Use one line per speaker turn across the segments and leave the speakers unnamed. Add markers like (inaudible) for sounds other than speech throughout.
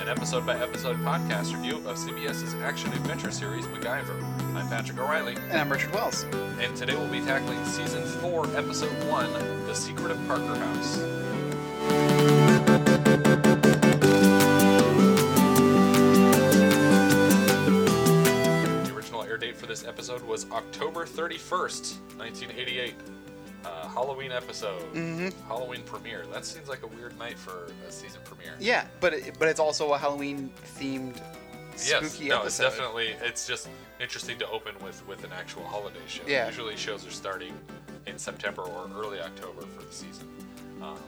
an episode by episode podcast review of CBS's action adventure series MacGyver. I'm Patrick O'Reilly,
And I'm Richard Wells.
and today we'll be tackling Season 4, Episode 1 The Secret of Parker House. The original air date for this episode was October 31st, 1988. Uh, Halloween episode,
hmm
Halloween premiere. That seems like a weird night for a season premiere.
Yeah, but it, but it's also a Halloween themed
yes,
spooky
no,
episode.
it's definitely it's just interesting to open with with an actual holiday show.
Yeah.
Usually shows are starting in September or early October for the season. Um,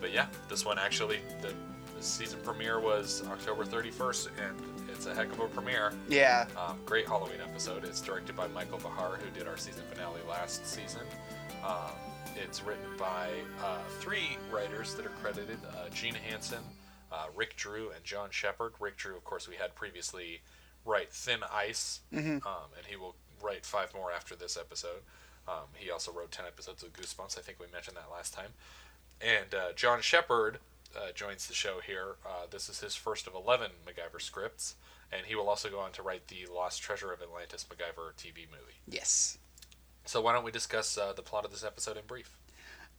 but yeah, this one actually the, the season premiere was October 31st, and it's a heck of a premiere.
Yeah,
Um, great Halloween episode. It's directed by Michael Bahar, who did our season finale last season. Um, it's written by uh, three writers that are credited uh, Gene Hansen, uh, Rick Drew, and John Shepard. Rick Drew, of course, we had previously write Thin Ice, um, and he will write five more after this episode. Um, he also wrote 10 episodes of Goosebumps. I think we mentioned that last time. And uh, John Shepard uh, joins the show here. Uh, this is his first of 11 MacGyver scripts, and he will also go on to write the Lost Treasure of Atlantis MacGyver TV movie.
yes.
So why don't we discuss uh, the plot of this episode in brief?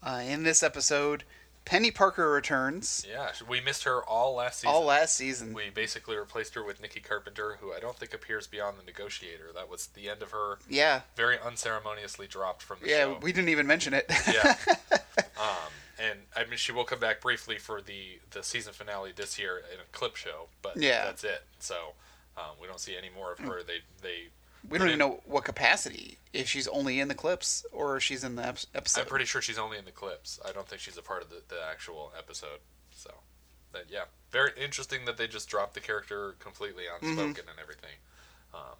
Uh, in this episode, Penny Parker returns
Yeah, we missed her all last season.
all last season.
we basically replaced her with Nikki Carpenter, who I don't think appears beyond the negotiator. That was the end of her.
yeah,
Very unceremoniously dropped from the
yeah,
show.
we didn't even mention it. (laughs)
yeah. Um, and I mean, she will come back briefly for the the season finale this year in a clip show, but
Yeah.
that's it. So um, we don't see any more of her. They they.
we don't even know what capacity if she's only in the clips or if she's in the ep- episode.
I'm pretty sure she's only in the clips. I don't think she's a part of the, the actual episode. So, but yeah, very interesting that they just dropped the character completely unspoken and everything. Um,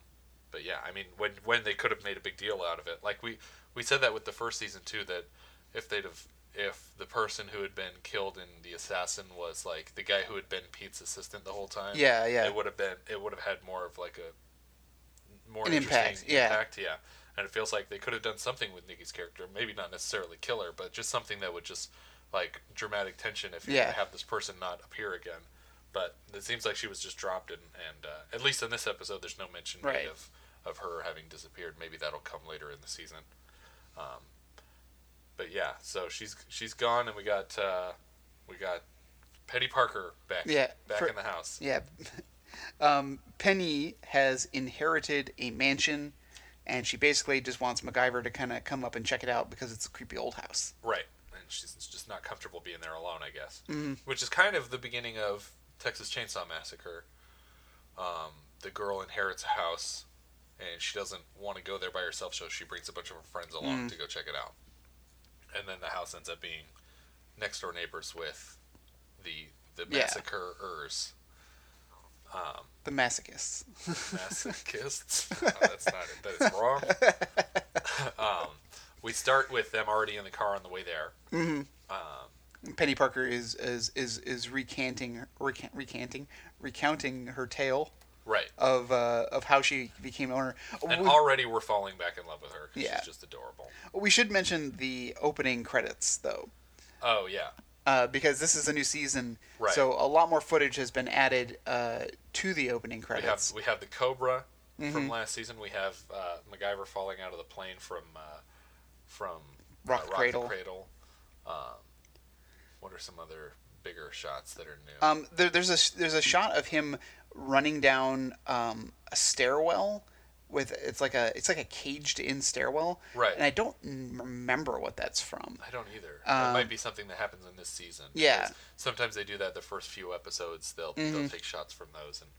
but yeah, I mean, when when they could have made a big deal out of it, like we we said that with the first season too, that if they'd have if the person who had been killed in the assassin was like the guy who had been Pete's assistant the whole time,
yeah, yeah.
it would have been it would have had more of like a more
An
interesting
impact, yeah.
impact, yeah. And it feels like they could have done something with Nikki's character, maybe not necessarily kill her, but just something that would just like dramatic tension if you
Yeah.
have this person not appear again. But it seems like she was just dropped, and, and uh, at least in this episode, there's no mention made
Right.
of of her having disappeared. Maybe that'll come later in the season. Um, but yeah, so she's she's gone, and we got uh, we got Petty Parker back
Yeah,
back
for-
in the house.
Yeah. (laughs) Um, Penny has inherited a mansion, and she basically just wants MacGyver to kind of come up and check it out because it's a creepy old house.
Right. And she's just not comfortable being there alone, I guess. Mm. Which is kind of the beginning of Texas Chainsaw Massacre. Um, the girl inherits a house, and she doesn't want to go there by herself, so she brings a bunch of her friends along to go check it out. And then the house ends up being next door neighbors with the the
Yeah.
massacrers. Um,
The masochists.
masochists. No, that's not it. That is wrong. (laughs) um, we start with them already in the car on the way there. Um,
Penny Parker is is is, is recanting, reca- recanting, recounting her tale
right.
of uh, of how she became owner.
And
we,
already we're falling back in love with her 'cause
Yeah.
she's just adorable.
we should mention the opening credits though.
Oh, yeah.
Uh, because this is a new season,
Right.
so a lot more footage has been added uh, to the opening
We have,
credits.
we have the Cobra
Mm-hmm.
from last season. We have uh, MacGyver falling out of the plane from uh, from
Rock
uh,
the Cradle.
Cradle. Um, what are some other bigger shots that are new?
Um, there, there's a there's a shot of him running down um, a stairwell with it's like a it's like a caged in stairwell.
Right.
And I don't n- remember what that's from.
I don't either.
Um,
that might be something that happens in this season.
Yeah. Mm-hmm.
because Sometimes they do that the first few episodes. They'll they'll take shots from those and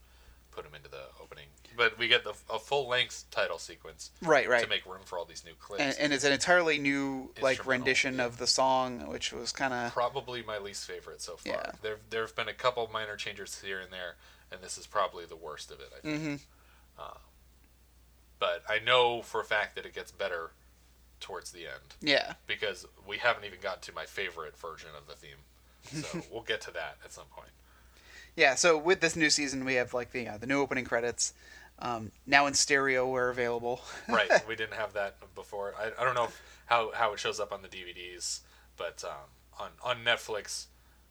put them into the opening. But we get the, a full length title sequence
Right, right.
to make room for all these new clips.
And, and it's an entirely new like
Instrumental,
rendition of the song, which was kind of
probably my least favorite so far.
Yeah.
There there have been a couple minor changes here and there, and this is probably the worst of it. I think. Uh,
Mm-hmm.
but I know for a fact that it gets better towards the end.
yeah.
because we haven't even gotten to my favorite version of the theme.
(laughs)
So we'll get to that at some point.
Yeah, so with this new season, we have like the uh, the new opening credits um, now in stereo where available.
Right, we didn't have that before. I, I don't know if, how how it shows up on the DVDs, but um, on on Netflix,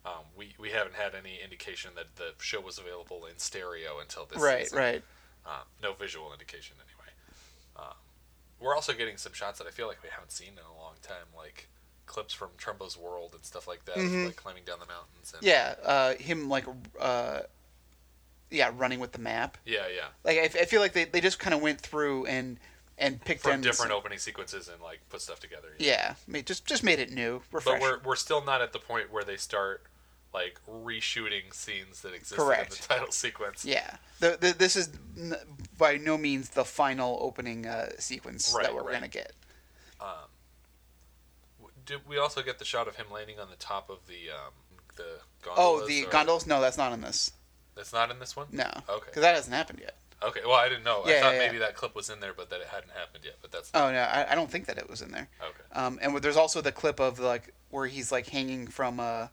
Um, we, we haven't had any indication that the show was available in stereo until this
(laughs) right,
season.
right.
Um, no visual indication, anyway. Um, we're also getting some shots that I feel like we haven't seen in a long time, like clips from Trumbo's World and stuff like that, of,
Mhm.
like climbing down the mountains. And,
Yeah, uh, him like, uh, yeah, running with the map.
yeah, yeah.
Like I, I feel like they, they just kind of went through and and picked
From
on
different opening sequences and like put stuff together. yeah.
Yeah, ma- just just made it new,
but
refreshing.
we're we're still not at the point where they start like reshooting scenes that existed in
Correct.
the title sequence.
yeah, the, the, this is n- by no means the final opening uh, sequence
Right,
that we're
right.
gonna get.
Did we also get the shot of him landing on the top of the um, the gondolas?
Oh, the
or-
gondolas? No, that's not in this.
That's not in this one.
No,
Okay.
because that hasn't happened yet.
Okay. Well, I didn't know. I
Yeah,
thought
yeah,
maybe that clip was in there, but that it hadn't happened yet. But that's
Oh no, I, I don't think that it was in there.
okay.
Um, and there's also the clip of like where he's like hanging from a.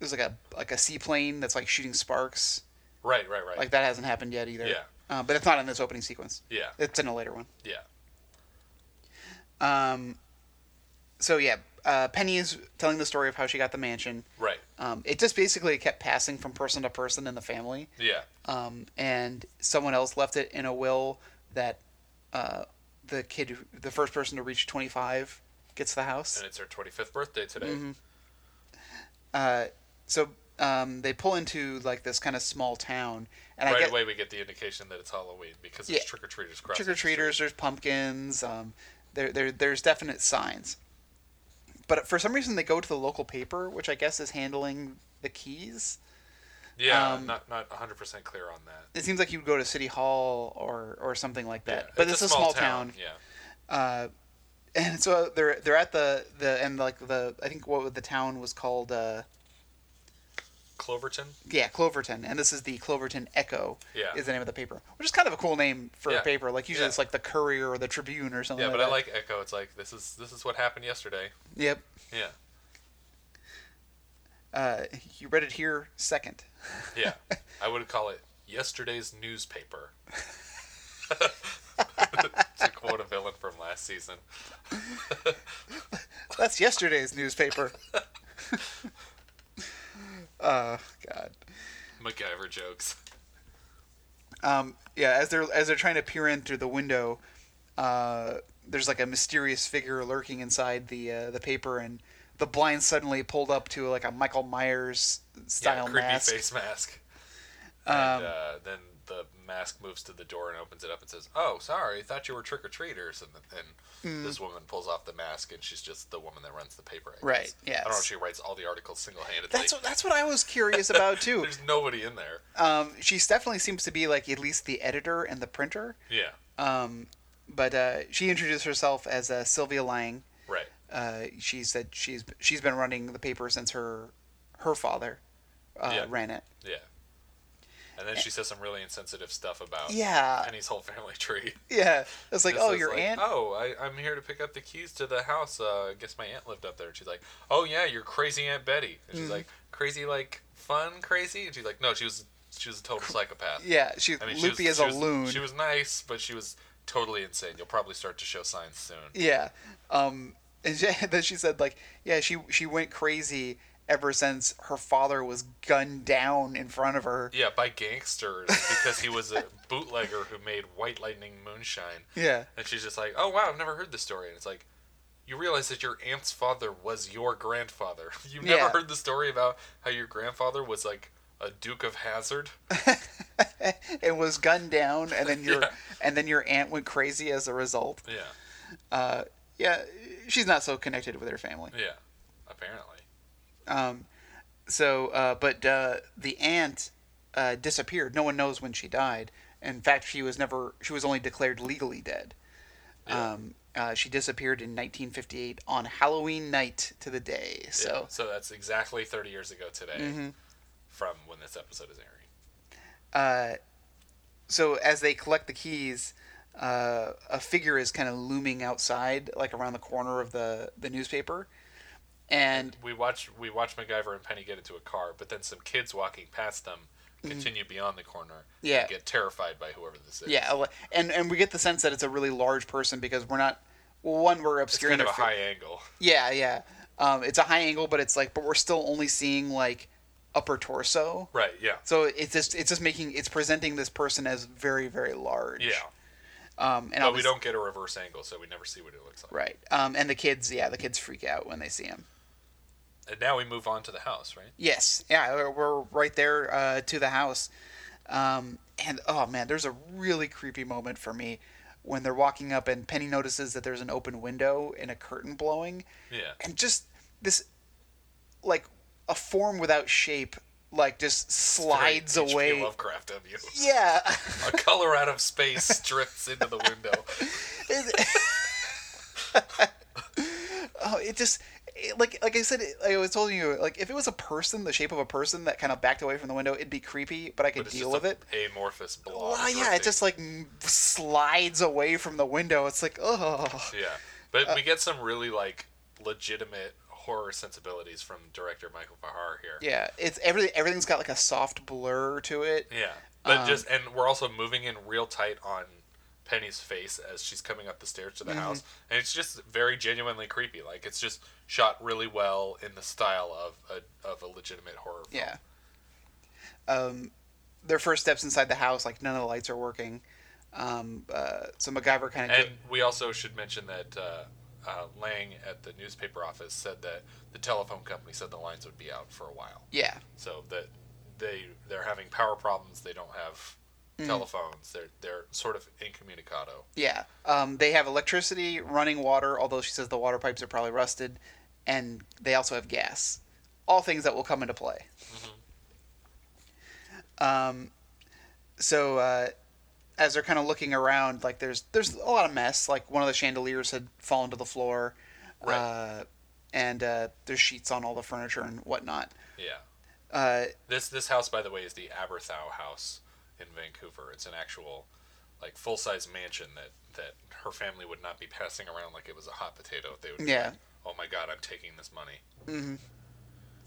It was like a like a seaplane that's like shooting sparks.
Right. Right. Right.
Like that hasn't happened yet either.
Yeah.
Uh, but it's not in this opening sequence.
yeah.
It's in a later one.
Yeah.
Um, so yeah, uh, Penny is telling the story of how she got the mansion.
Right.
Um, it just basically kept passing from person to person in the family,
Yeah.
um, and someone else left it in a will that uh, the kid, who- the first person to reach 25, gets the house.
And it's her 25th birthday today.
Mm-hmm. Uh, so um, they pull into like this kind of small town, and I
Right
get
away, we get the indication that it's Halloween because there's
Yeah.
trick or treaters crossing.
trick or treaters, there's pumpkins, um, there, there, there's definite signs. But for some reason, they go to the local paper, which I guess is handling the keys.
Yeah.
um,
not not 100 percent clear on that.
It seems like you would go to City Hall or, or something like that.
Yeah,
but it's, a small, town.
Yeah.
Uh, and so they're they're at the, the and like the I think what the town was called uh,
Cloverton.
yeah Cloverton and this is the Cloverton Echo
Yeah.
is the name of the paper which is kind of a cool name for
Yeah.
a paper like usually
Yeah.
it's like the Courier or the Tribune or something
Yeah, but
that.
I like Echo. It's like this is this is what happened yesterday.
yep
Yeah.
uh, you read it here second (laughs)
Yeah. I would call it yesterday's newspaper. (laughs) to quote a villain from last season.
That's
(laughs)
yesterday's newspaper. (laughs) uh, God.
MacGyver jokes.
Um, yeah, as they're as they're trying to peer in through the window, uh, there's like a mysterious figure lurking inside the uh, the paper, and the blind suddenly pulled up to like a Michael Myers
Yeah,
style
creepy
mask. Um,
face mask. And uh, then the mask moves to the door and opens it up and says, "Oh, sorry, thought you were trick or treaters." And
Mm.
then this woman pulls off the mask and she's just the woman that runs the paper. I
Right,
guess. I
yes.
don't know if she writes all the articles single handedly.
That's what, that's what I was curious about
(laughs)
too.
There's nobody in there.
(laughs) Um, she definitely seems to be like at least the editor and the printer.
Yeah.
Um, but uh, she introduced herself as uh, Sylvia Lang.
Right.
uh, she said she's she's been running the paper since her her father uh,
Yeah.
ran it.
Yeah. And then she says some really insensitive stuff about
Eh. Yeah.
Penny's whole family tree.
Yeah, it's like
Just
oh
says,
your
like,
aunt.
Oh, I, I'm here to pick up the keys to the house. Uh, I guess my aunt lived up there. And she's like, oh yeah, your crazy aunt Betty. And
Mm.
she's like, crazy like fun crazy. And she's like, no, she was she was a total psychopath.
Yeah, she's
I mean, she
loopy
was-
as a
she was-
loon.
She was nice, but she was totally insane. You'll probably start to show signs
(laughs)
soon.
Yeah, um, and she, (laughs) then she said like yeah she she went crazy ever since her father was gunned down in front of her.
Yeah, by gangsters because he was a bootlegger who made White Lightning moonshine.
Yeah,
And she's just like, "Oh wow, I've never heard this story." And it's like, you realize that your aunt's father was your grandfather. (laughs) You've never
Yeah.
heard the story about how your grandfather was like a Duke of Hazard.
and was gunned down,
(laughs)
and then your
Yeah.
and then your aunt went crazy as a result.
Yeah,
Uh, yeah, she's not so connected with her family.
yeah, apparently.
Um, so, uh, but uh, the aunt uh, disappeared. No one knows when she died. In fact, she was never. She was only declared legally dead.
Yeah.
Um, uh, she disappeared in 1958 on Halloween night to the day.
Yeah.
So, Mm-hmm.
so that's exactly 30 years ago today, from when this episode is airing.
uh, so as they collect the keys, uh, a figure is kind of looming outside, like around the corner of the the newspaper, and
We watch we watch MacGyver and Penny get into a car, but then some kids walking past them continue beyond the corner. and
Mm-hmm. Yeah.
get terrified by whoever this is.
Yeah, ele- and and we get the sense that it's a really large person because we're not. Well, one, we're
it's
obscuring.
kind of a
their fa-
high angle.
Yeah, yeah. Um, it's a high angle, but it's like, but we're still only seeing like upper torso.
Right. Yeah.
So it's just it's just making it's presenting this person as very very large.
Yeah.
Um, and
But we
obvious-
don't get a reverse angle, so we never see what it looks like.
Right. Um, and the kids, yeah, the kids freak out when they see him.
And now we move on to the house, right?
Yes. Yeah, we're- we're right there uh, to the house. Um, and oh man, there's a really creepy moment for me when they're walking up and Penny notices that there's an open window and a curtain blowing.
Yeah.
And just this, like, a form without shape, like, just slides
Very H.P.
away.
Lovecraft of you.
Yeah.
A
(laughs)
color out of space drifts into the window.
(laughs) oh, it just it, like like I said, it, like I was telling you, like if it was a person, the shape of a person that kind of backed away from the window, it'd be creepy, but I could
But it's
deal
just
with
a
it.
Amorphous blob.
Well, yeah,
drifting.
it just like m- slides away from the window. It's like, oh,
Yeah, but we get some really like legitimate horror sensibilities from director Michael Bahar here.
yeah. It's everything. Everything's got like a soft blur to it.
Yeah, but
Um,
just and we're also moving in real tight on Penny's face as she's coming up the stairs to the
Mm-hmm.
house, and it's just very genuinely creepy. Like it's just shot really well in the style of a of a legitimate horror. Film.
Yeah. Um, their first steps inside the house, like none of the lights are working. Um, uh, so MacGyver kind of
And we also should mention that uh, uh, Lang at the newspaper office said that the telephone company said the lines would be out for a while.
yeah,
so that they they're having power problems. They don't have
Mm.
telephones. They're they're sort of incommunicado.
yeah. Um, they have electricity, running water, although she says the water pipes are probably rusted, and they also have gas. All things that will come into play.
Mm-hmm.
Um, so uh, as they're kind of looking around, like there's there's a lot of mess. Like one of the chandeliers had fallen to the floor,
Right.
uh, and uh, there's sheets on all the furniture and whatnot.
Yeah.
Uh,
This this house, by the way, is the Aberthow House in Vancouver. It's an actual like full size mansion that that her family would not be passing around like it was a hot potato. They would be
Yeah.
like, oh my god, I'm taking this money.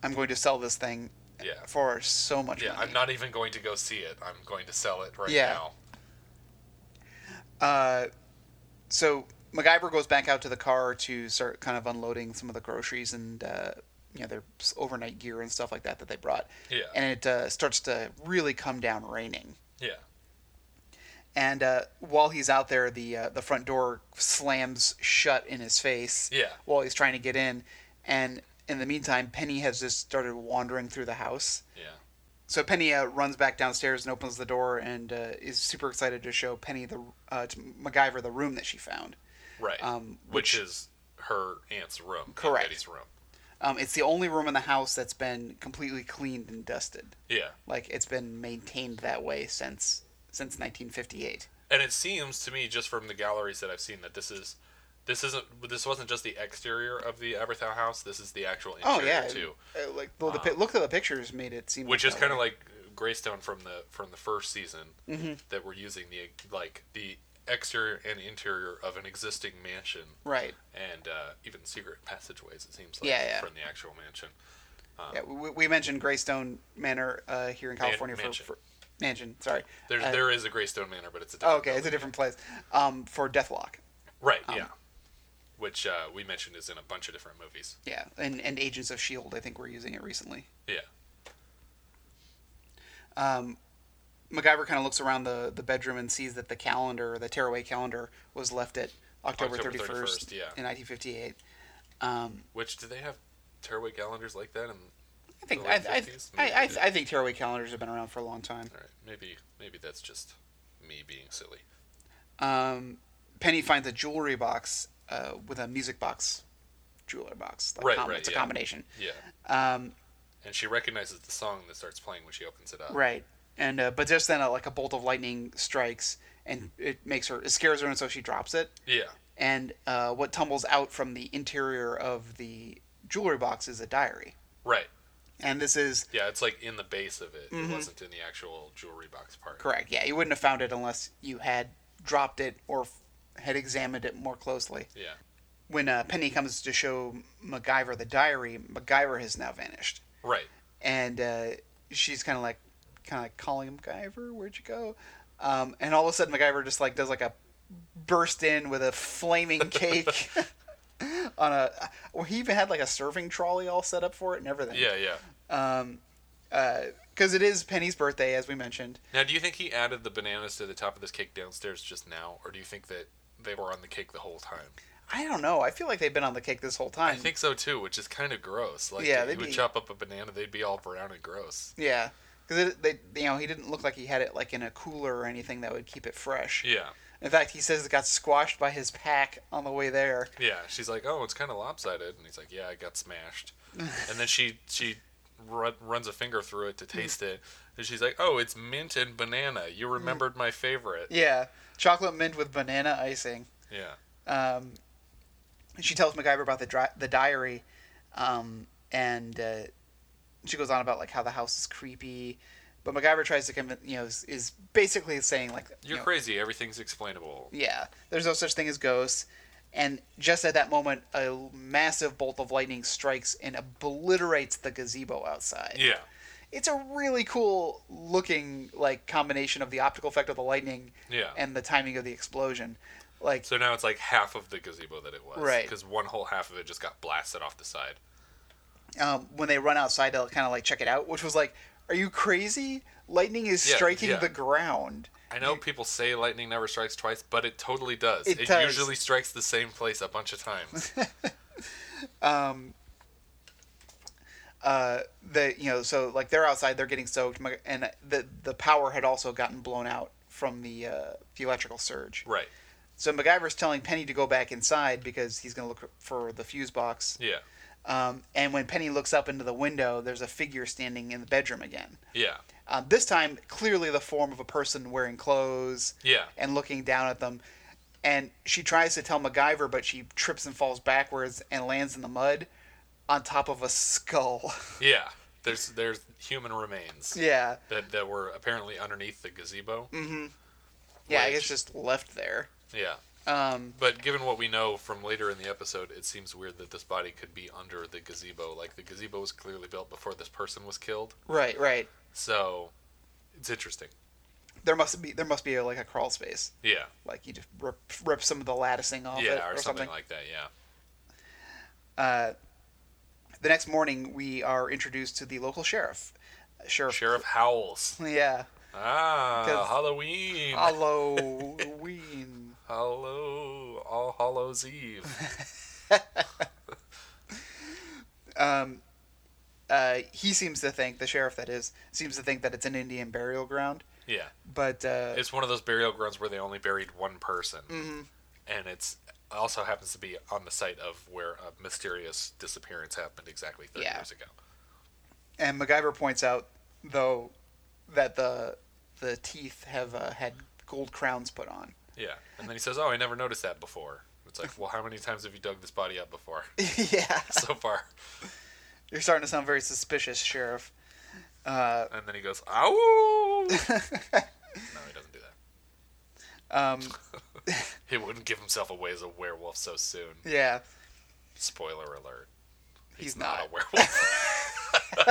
I'm going to sell this thing
Yeah.
for so much
Yeah,
money.
I'm not even going to go see it. I'm going to sell it right
Yeah.
now.
Uh, so MacGyver goes back out to the car to start kind of unloading some of the groceries and uh, you know their s- overnight gear and stuff like that that they brought.
Yeah.
And it uh, starts to really come down raining.
Yeah.
And uh, while he's out there, the uh, the front door slams shut in his face.
Yeah.
While he's trying to get in, and in the meantime, Penny has just started wandering through the house.
Yeah.
So Penny uh, runs back downstairs and opens the door and uh, is super excited to show Penny the uh, to MacGyver the room that she found.
Right.
Um,
which, is her aunt's room. Aunt
Correct.
Betty's room.
Um, it's the only room in the house that's been completely cleaned and dusted.
Yeah.
Like it's been maintained that way since since 1958.
and it seems to me just from the galleries that I've seen that this is this isn't this wasn't just the exterior of the Aberthow house. This is the actual
Oh
interior
yeah,
too, Um,
Uh, like well, the pi look at the pictures made it seem
which
like
is kind of like Greystone from the from the first season
Mm-hmm.
that we're using the like the exterior and interior of an existing mansion
right.
and uh, even secret passageways. It seems like
Yeah, yeah.
from the actual mansion. Uh,
yeah, we, we mentioned Greystone Manor uh, here in California
mansion.
for, for mansion. Sorry.
There's
Uh,
there is a Greystone Manor, but it's a
oh,
different
okay, it's a
building.
different place. Um, for Deathlock.
right
Um,
yeah, which uh, we mentioned is in a bunch of different movies.
Yeah, and and Agents of Shield. I think we're using it recently.
Yeah,
Um, MacGyver kind of looks around the, the bedroom and sees that the calendar, the tearaway calendar, was left at October
October
thirty
31st,
first,
yeah.
in nineteen fifty eight. Um,
which do they have tearaway calendars like that and
I think
The
I,
late
I,
50s?
I,
Maybe
I,
they did.
I think tearaway calendars have been around for a long time.
All right, maybe maybe that's just me being silly.
Um, Penny finds a jewelry box uh, with a music box, jewelry box. Like
Right,
com-
right,
It's a
yeah.
combination.
Yeah,
Um,
and she recognizes the song that starts playing when she opens it up.
Right. And uh, but just then, uh, like a bolt of lightning strikes, and it makes her, it scares her, and so she drops it.
Yeah,
And uh, what tumbles out from the interior of the jewelry box is a diary.
right.
And this is
Yeah, it's like in the base of it. It wasn't in the actual jewelry box part.
Mm-hmm. correct. Yeah, you wouldn't have found it unless you had dropped it or f- had examined it more closely.
Yeah,
When uh, Penny comes to show MacGyver the diary, MacGyver has now vanished.
right.
and uh, she's kind of like kind of like calling him MacGyver, where'd you go? Um, and all of a
(laughs)
sudden MacGyver just like does like a burst in with a flaming cake (laughs) on a. Well, he even had like a serving trolley all set up for it and everything.
Yeah, yeah.
Because it is Penny's birthday, as we mentioned.
Now, do you think he added the bananas to the top of this cake downstairs just now, or do you think that they were on the cake the whole time?
I don't know. I feel like they've been on the cake this whole time.
I think so too, which is kind of gross. Like,
Yeah,
you
they'd
would
be-
chop up a banana, they'd be all brown and gross.
Yeah, because they, you know, he didn't look like he had it like in a cooler or anything that would keep it fresh.
Yeah,
In fact, he says it got squashed by his pack on the way there.
yeah. She's like, "Oh, it's kind of lopsided," and he's like, "Yeah, I got
(laughs)
smashed." and then she she run, runs a finger through it to
Mm-hmm.
taste it, and she's like, "Oh, it's mint and banana. You remembered my favorite."
Yeah, chocolate mint with banana icing.
Yeah,
Um, and she tells MacGyver about the dri- the diary, um, and uh, she goes on about like how the house is creepy. But MacGyver tries to convince, you know, is, is basically saying like, you
you're
know,
crazy. Everything's explainable.
yeah, there's no such thing as ghosts. And just at that moment, a massive bolt of lightning strikes and obliterates the gazebo outside.
Yeah,
It's a really cool looking like combination of the optical effect of the lightning
Yeah.
and the timing of the explosion. Like
So now it's like half of the gazebo that it was.
Right.
Because one whole half of it just got blasted off the side.
um, when they run outside to kind of like check it out, which was like, are you crazy? Lightning is
Yeah,
striking
yeah.
the ground.
I know people say lightning never strikes twice, but it totally does.
Mm-hmm. It
It,
does.
usually strikes the same place a bunch of times.
Uh, the you know so like they're outside, they're getting soaked, Mac- and the the power had also gotten blown out from the uh, the electrical surge.
right.
So MacGyver's telling Penny to go back inside because he's going to look for the fuse box.
Yeah.
Um, and when Penny looks up into the window, there's a figure standing in the bedroom again.
Yeah.
Um, this time, clearly the form of a person wearing clothes.
Yeah.
and looking down at them. And she tries to tell MacGyver, but she trips and falls backwards and lands in the mud on top of a skull. (laughs)
Yeah. There's there's human remains
yeah. Mm-hmm.
that, that were apparently underneath the gazebo.
Yeah, I
Which-
guess just left there.
Yeah.
Um,
But given what we know from later in the episode, it seems weird that this body could be under the gazebo. Like the gazebo was clearly built before this person was killed.
right, right.
So it's interesting.
There must be there must be like a crawl space.
Yeah.
Like you just rip, rip some of the latticing off it
Yeah,
or,
or,
something.
something like that, yeah.
the next morning, we are introduced to the local sheriff. Sheriff.
Sheriff Howells.
Yeah.
Ah,
'Cause-
Halloween.
Halloween. (laughs)
Hallow, All Hallows Eve.
uh, he seems to think the sheriff that is seems to think that it's an Indian burial ground.
yeah,
But uh,
it's one of those burial grounds where they only buried one person, and it's also happens to be on the site of where a mysterious disappearance happened exactly 30
Yeah.
years ago.
and MacGyver points out though that the the teeth have uh, had gold crowns put on. (laughs)
Yeah, and then he says, "Oh, I never noticed that before." It's like, well, how many times have you dug this body up before (laughs)
yeah,
so far?
you're starting to sound very suspicious, sheriff. Uh,
And then he goes, "Ow!" no, he doesn't do that.
Um,
He wouldn't give himself away as a werewolf so soon.
yeah,
Spoiler alert.
he's,
Not
not.
a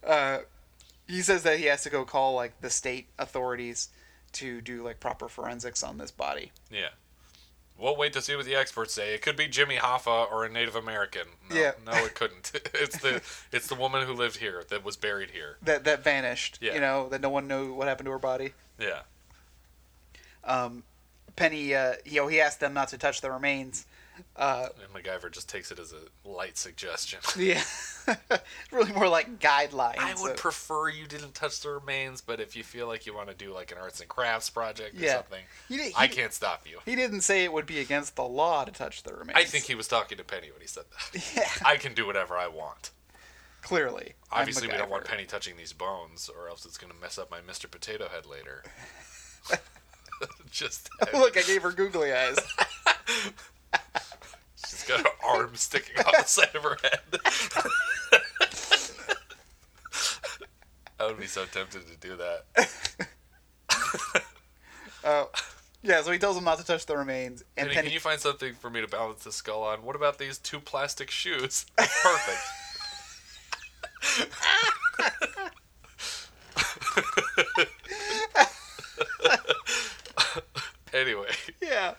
werewolf.
He says that he has to go call like the state authorities to do like proper forensics on this body.
Yeah. We'll wait to see what the experts say. It could be Jimmy Hoffa or a Native American. No,
Yeah.
no, it couldn't. (laughs) it's the it's the woman who lived here that was buried here.
That that vanished.
Yeah.
You know that no one knew what happened to her body.
Yeah.
Um, Penny, uh, you know, he asked them not to touch the remains. Uh,
And MacGyver just takes it as a light suggestion. (laughs)
yeah, (laughs) really more like guidelines.
I would
of-
prefer you didn't touch the remains, but if you feel like you want to do like an arts and crafts project or
Yeah.
something,
He did- he
I
did-
can't stop
(laughs)
you.
He didn't say it would be against the law to touch the remains.
I think he was talking to Penny when he said that.
Yeah,
I can do whatever I want.
clearly. I'm
Obviously, we don't want
MacGyver.
Penny touching these bones, or else it's going to mess up my Mr. Potato Head
(laughs)
later. Just
Look, I gave her
(laughs)
googly eyes.
she's got her arm sticking off the side of her head. (laughs) I would be so tempted to do that.
Uh, yeah, so he tells him not to touch the remains, and
Penny,
Penny,
can you find something for me to balance the skull on? What about these two plastic shoes?
(laughs)
Perfect. (laughs) anyway,
yeah.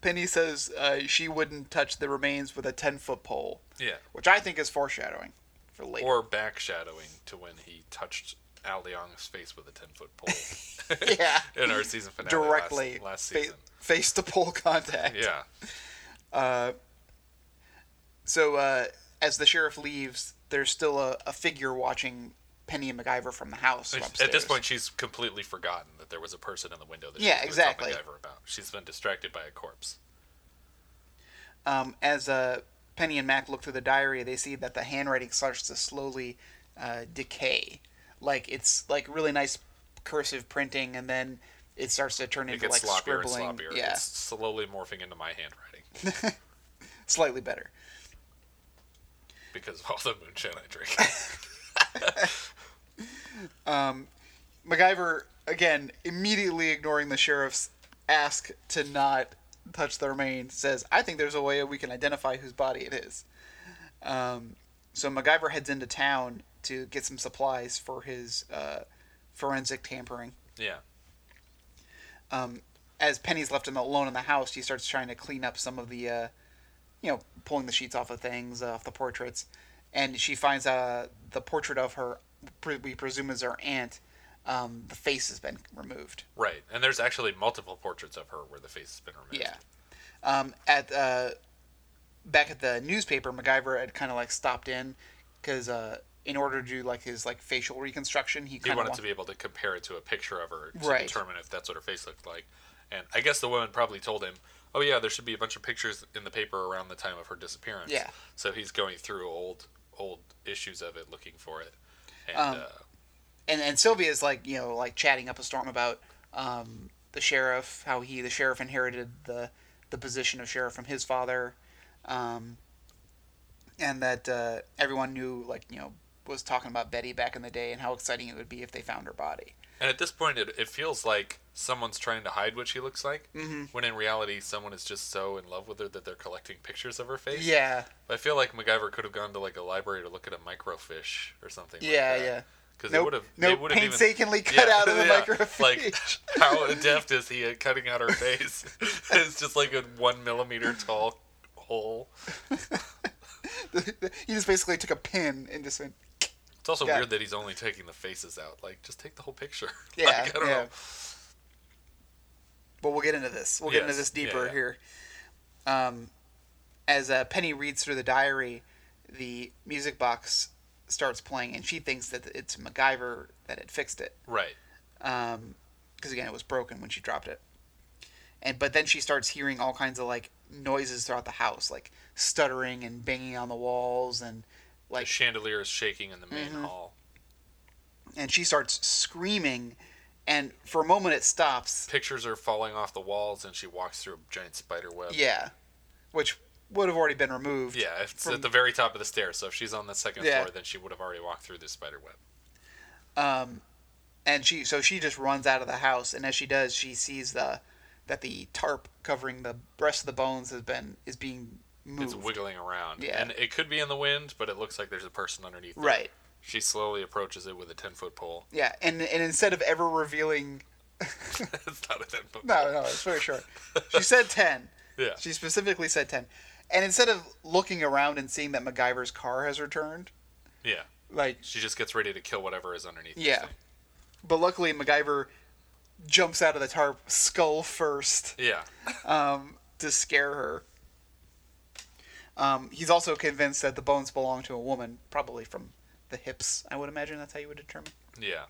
Penny says uh, she wouldn't touch the remains with a ten foot pole,
Yeah.
which I think is foreshadowing for later.
Or back shadowing to when he touched Al Leong's face with a 10 foot pole (laughs)
yeah,
in
(laughs)
our season finale.
directly
Last, last
fa-
season.
face to pole contact.
Yeah.
So uh, as the sheriff leaves, there's still a, a figure watching Penny and MacGyver from the house. From
At this
upstairs.
point, she's completely forgotten that there was a person in the window that she
Yeah,
was gonna
exactly.
tell MacGyver about. She's been distracted by a corpse.
um, as uh, Penny and Mac look through the diary, they see that the handwriting starts to slowly uh, decay. Like it's like really nice cursive printing, and then it starts to turn
It
into
gets
like
sloppier
scribbling.
and sloppier.
Yeah,
It's slowly morphing into my handwriting
slightly better.
because of all the moonshine I drink. (laughs)
MacGyver again immediately ignoring the sheriff's ask to not touch the remains says, "I think there's a way we can identify whose body it is." Um, so MacGyver heads into town to get some supplies for his uh, forensic tampering.
yeah.
um, as Penny's left him alone in the house, she starts trying to clean up some of the, uh, you know, pulling the sheets off of things, uh, off the portraits, and she finds uh, the portrait of her, pre- we presume is her aunt. Um, the face has been removed.
Right. And there's actually multiple portraits of her where the face has been removed.
Yeah. Um, at uh, back at the newspaper, MacGyver had kind of like stopped in because uh, in order to do like his like facial reconstruction, he
He
kind of
wanted to be able to compare it to a picture of her to
Right.
determine if that's what her face looked like. And I guess the woman probably told him, oh, yeah, there should be a bunch of pictures in the paper around the time of her disappearance.
Yeah.
So he's going through old old issues of it looking for it. And
Um,
uh,
and and Sylvia's like you know like chatting up a storm about um, the sheriff, how he the sheriff inherited the the position of sheriff from his father, um, and that uh, everyone knew like you know was talking about Betty back in the day and how exciting it would be if they found her body.
and at this point, it, it feels like someone's trying to hide what she looks like, mm-hmm. when in reality, someone is just so in love with her that they're collecting pictures of her face.
Yeah,
I feel like MacGyver could have gone to like a library to look at a microfiche or something.
Yeah,
like that.
yeah.
Because
Nope,
they would have. they
nope,
would have even-
uh, painstakingly (laughs) cut
(laughs)
out of the microfiche.
Like how adept is he at cutting out her face? (laughs) it's just like a one millimeter tall hole.
(laughs) he just basically took a pin and just went.
It's also
Yeah.
weird that he's only taking the faces out. Like just take the whole picture. (laughs)
(laughs) Yeah,
like, I don't
yeah.
know.
But we'll get into this. We'll get into
Yes,
this
yeah,
deeper
yeah.
here. Um, as uh, Penny reads through the diary, the music box starts playing, and she thinks that it's MacGyver that had fixed it.
Right.
Because again, it was broken when she dropped it. And but then she starts hearing all kinds of like noises throughout the house, like stuttering and banging on the walls, and
The
like Mm-hmm.
chandelier is shaking in the main hall.
and she starts screaming. And for a moment, it stops.
Pictures are falling off the walls, and she walks through a giant spider web.
Yeah, which would have already been removed.
Yeah, it's
From-
at the very top of the stairs. So if she's on the second
Yeah.
floor, then she would have already walked through this spider web.
Um, and she so she just runs out of the house, and as she does, she sees the that the tarp covering the rest of the bones has been is being moved.
It's wiggling around.
Yeah.
And it could be in the wind, but it looks like there's a person underneath. it.
Right.
She slowly approaches it with a 10 foot pole.
Yeah, and and instead of ever revealing,
(laughs) it's not a 10 foot
no, no, it's very short.
(laughs)
She said ten.
Yeah.
She specifically said ten, and instead of looking around and seeing that MacGyver's car has returned,
Yeah.
like
She just gets ready to kill whatever is underneath. this
yeah,
thing.
but luckily MacGyver jumps out of the tarp skull first.
Yeah.
um, to scare her. Um, he's also convinced that the bones belong to a woman, probably from the hips. I would imagine that's how you would determine. (laughs)
Yeah.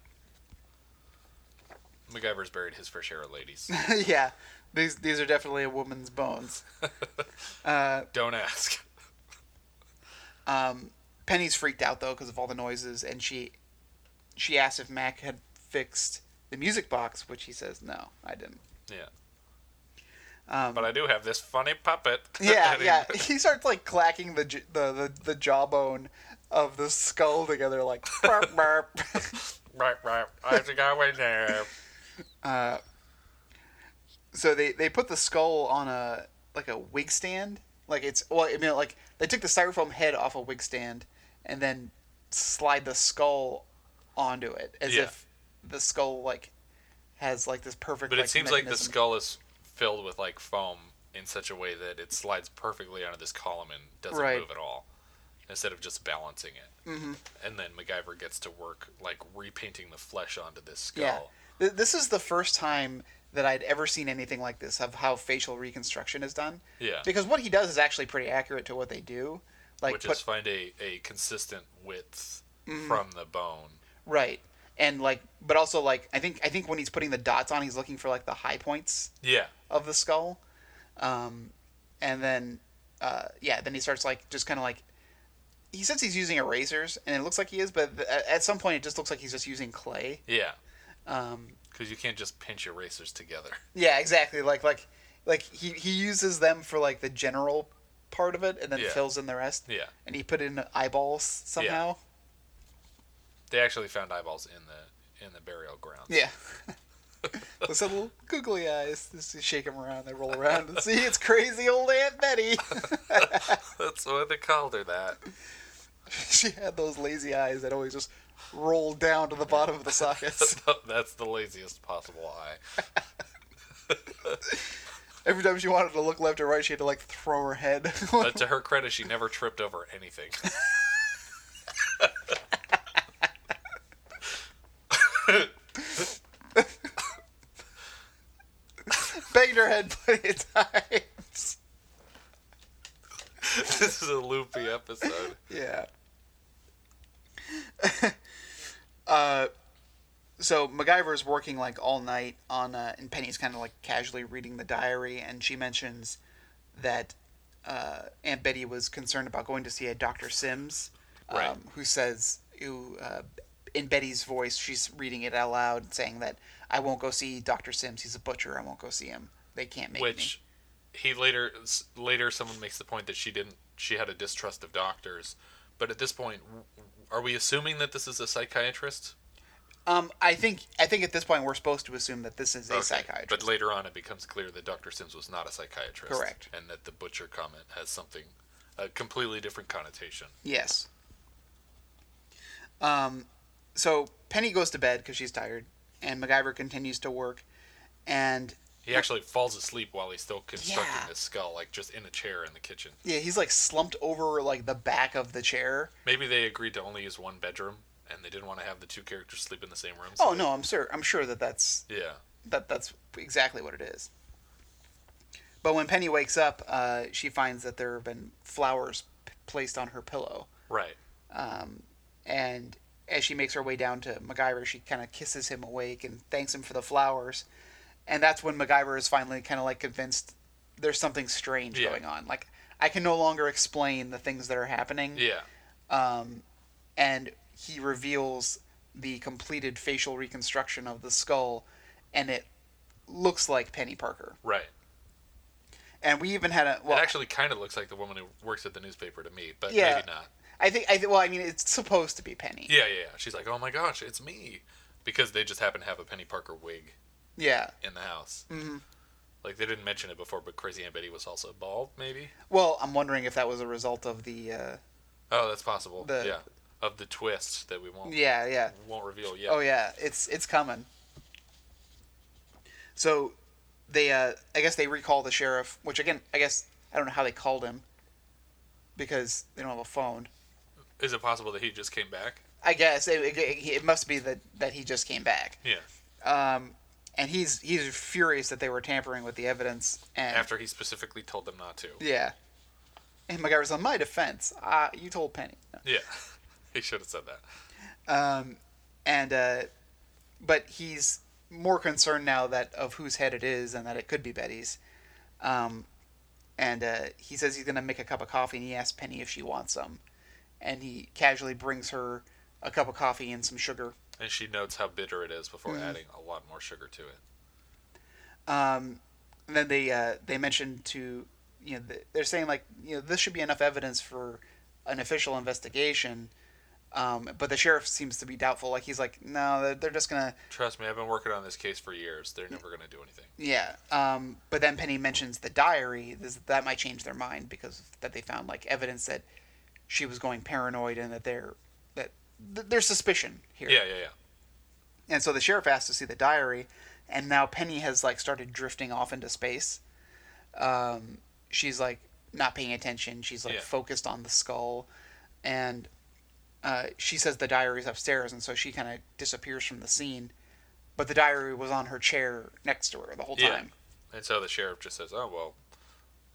MacGyver's buried his fair share of
(laughs)
ladies.
yeah, these these are definitely a woman's bones.
Don't ask. (laughs)
Um, Penny's freaked out though because of all the noises, and she she asks if Mac had fixed the music box, which he says no, I didn't.
Yeah.
Um,
But I do have this funny puppet. (laughs)
yeah,
And he-
yeah. He starts like clacking the j- the, the the jawbone of the skull together, like burp, burp.
Right, right. I think I went there.
so they they put the skull on a like a wig stand like it's well i mean like they took the styrofoam head off a wig stand and then slide the skull onto it as
Yeah.
if the skull like has like this perfect
But
like,
it seems like the
mechanism.
skull is filled with like foam in such a way that it slides perfectly onto this column and doesn't
Right.
move at all, instead of just balancing it. Mm-hmm. And then MacGyver gets to work like repainting the flesh onto this skull.
Yeah. Th- This is the first time that I'd ever seen anything like this of how facial reconstruction is done.
Yeah.
Because what he does is actually pretty accurate to what they do. Like
which
put Mm-hmm.
is find a, a consistent width from the bone.
right. And like but also like I think I think when he's putting the dots on he's looking for like the high points
Yeah.
of the skull. Um and then uh yeah, then he starts like just kind of like he says he's using erasers and it looks like he is but th- at- at some point it just looks like he's just using clay.
Yeah.
Um
Because you can't just pinch erasers together.
Yeah, exactly. Like like like he he uses them for like the general part of it and then
Yeah.
fills in the rest.
Yeah.
And he put in eyeballs somehow.
They actually found eyeballs in the in the burial grounds.
Yeah. (laughs) Those little googly eyes. Just shake them around. They roll around. And see, it's crazy old Aunt Betty.
That's why they called her that. (laughs)
(laughs) she had those lazy eyes that always just rolled down to the bottom of
(laughs)
the sockets.
That's the laziest possible eye.
Every time she wanted to look left or right, she had to like throw her head. (laughs)
But to her credit, she never tripped over anything. (laughs)
Banged her head plenty of times.
this is a loopy episode.
Yeah. (laughs) uh, so MacGyver is working like all night on, uh, and Penny's kind of like casually reading the diary, and she mentions that uh, Aunt Betty was concerned about going to see a Doctor Sims, um,
Right.
who says, who uh, in Betty's voice, she's reading it out loud, and saying that I won't go see Doctor Sims. He's a butcher. I won't go see him. They can't make me.
Which he later s- later someone makes the point that she didn't. She had a distrust of doctors. But at this point, w- are we assuming that this is a psychiatrist?
Um, I think I think at this point we're supposed to assume that this is a
Okay,
psychiatrist.
But later on, it becomes clear that Dr. Sims was not a psychiatrist.
Correct.
And that the butcher comment has something, a completely different connotation.
Yes. Um, so Penny goes to bed because she's tired, and MacGyver continues to work, and
He actually falls asleep while he's still constructing
Yeah.
this skull, like just in a chair in the kitchen.
yeah, he's like slumped over like the back of the chair.
Maybe they agreed to only use one bedroom, and they didn't want to have the two characters sleep in the same room. so
Oh no, I'm sure I'm sure that that's
they- Yeah.
that that's exactly what it is. But when Penny wakes up, uh, she finds that there have been flowers p- placed on her pillow,
Right.
and as she makes her way down to MacGyver, she kind of kisses him awake and thanks him for the flowers. And that's when MacGyver is finally kind of like convinced there's something strange
Yeah.
going on. Like I can no longer explain the things that are happening.
Yeah.
And he reveals the completed facial reconstruction of the skull, and it looks like Penny Parker.
Right.
And we even had a well,
it actually kind of looks like the woman who works at the newspaper to me, but
Yeah.
maybe not.
I think I th- well, I mean, it's supposed to be Penny.
Yeah, yeah, yeah. She's like, oh my gosh, it's me. Because they just happen to have a Penny Parker wig.
yeah.
in the house. Mm-hmm. Like they didn't mention it before, but Crazy Aunt Betty was also bald, maybe.
Well, I'm wondering if that was a result of the. Uh,
Oh, that's possible.
The-
yeah, of the twist that we won't
yeah, yeah.
won't reveal yet.
Oh yeah, it's it's coming. So they uh I guess they recall the sheriff, which again, I guess I don't know how they called him because they don't have a phone.
Is it possible that he just came back?
I guess it, it, it must be that that he just came back.
Yeah.
Um and he's he's furious that they were tampering with the evidence and
After he specifically told them not to.
yeah. And MacGyver's on my defense. Uh, you told Penny.
Yeah. (laughs) he should have said that.
Um, and uh, but he's more concerned now that of whose head it is and that it could be Betty's. Um, and uh, he says he's gonna make a cup of coffee and he asks Penny if she wants some, and he casually brings her a cup of coffee and some sugar.
And she notes how bitter it is before
Mm-hmm.
adding a lot more sugar to it.
Um, and then they uh, they mention to you know th- they're saying like you know this should be enough evidence for an official investigation. Um, but the sheriff seems to be doubtful. Like he's like, no, they're, they're just gonna
Trust me, I've been working on this case for years. They're never going to do anything.
Yeah. Um, but then Penny mentions the diary. This, that might change their mind because that they found like evidence that she was going paranoid and that they're that th- there's suspicion here.
Yeah, yeah, yeah.
And so the sheriff asks to see the diary, and now Penny has like started drifting off into space. um, she's like not paying attention. She's like
Yeah.
focused on the skull, and uh, she says the diary's upstairs, and so she kind of disappears from the scene. But the diary was on her chair next to her the whole
Yeah.
time.
And so the sheriff just says, "Oh well,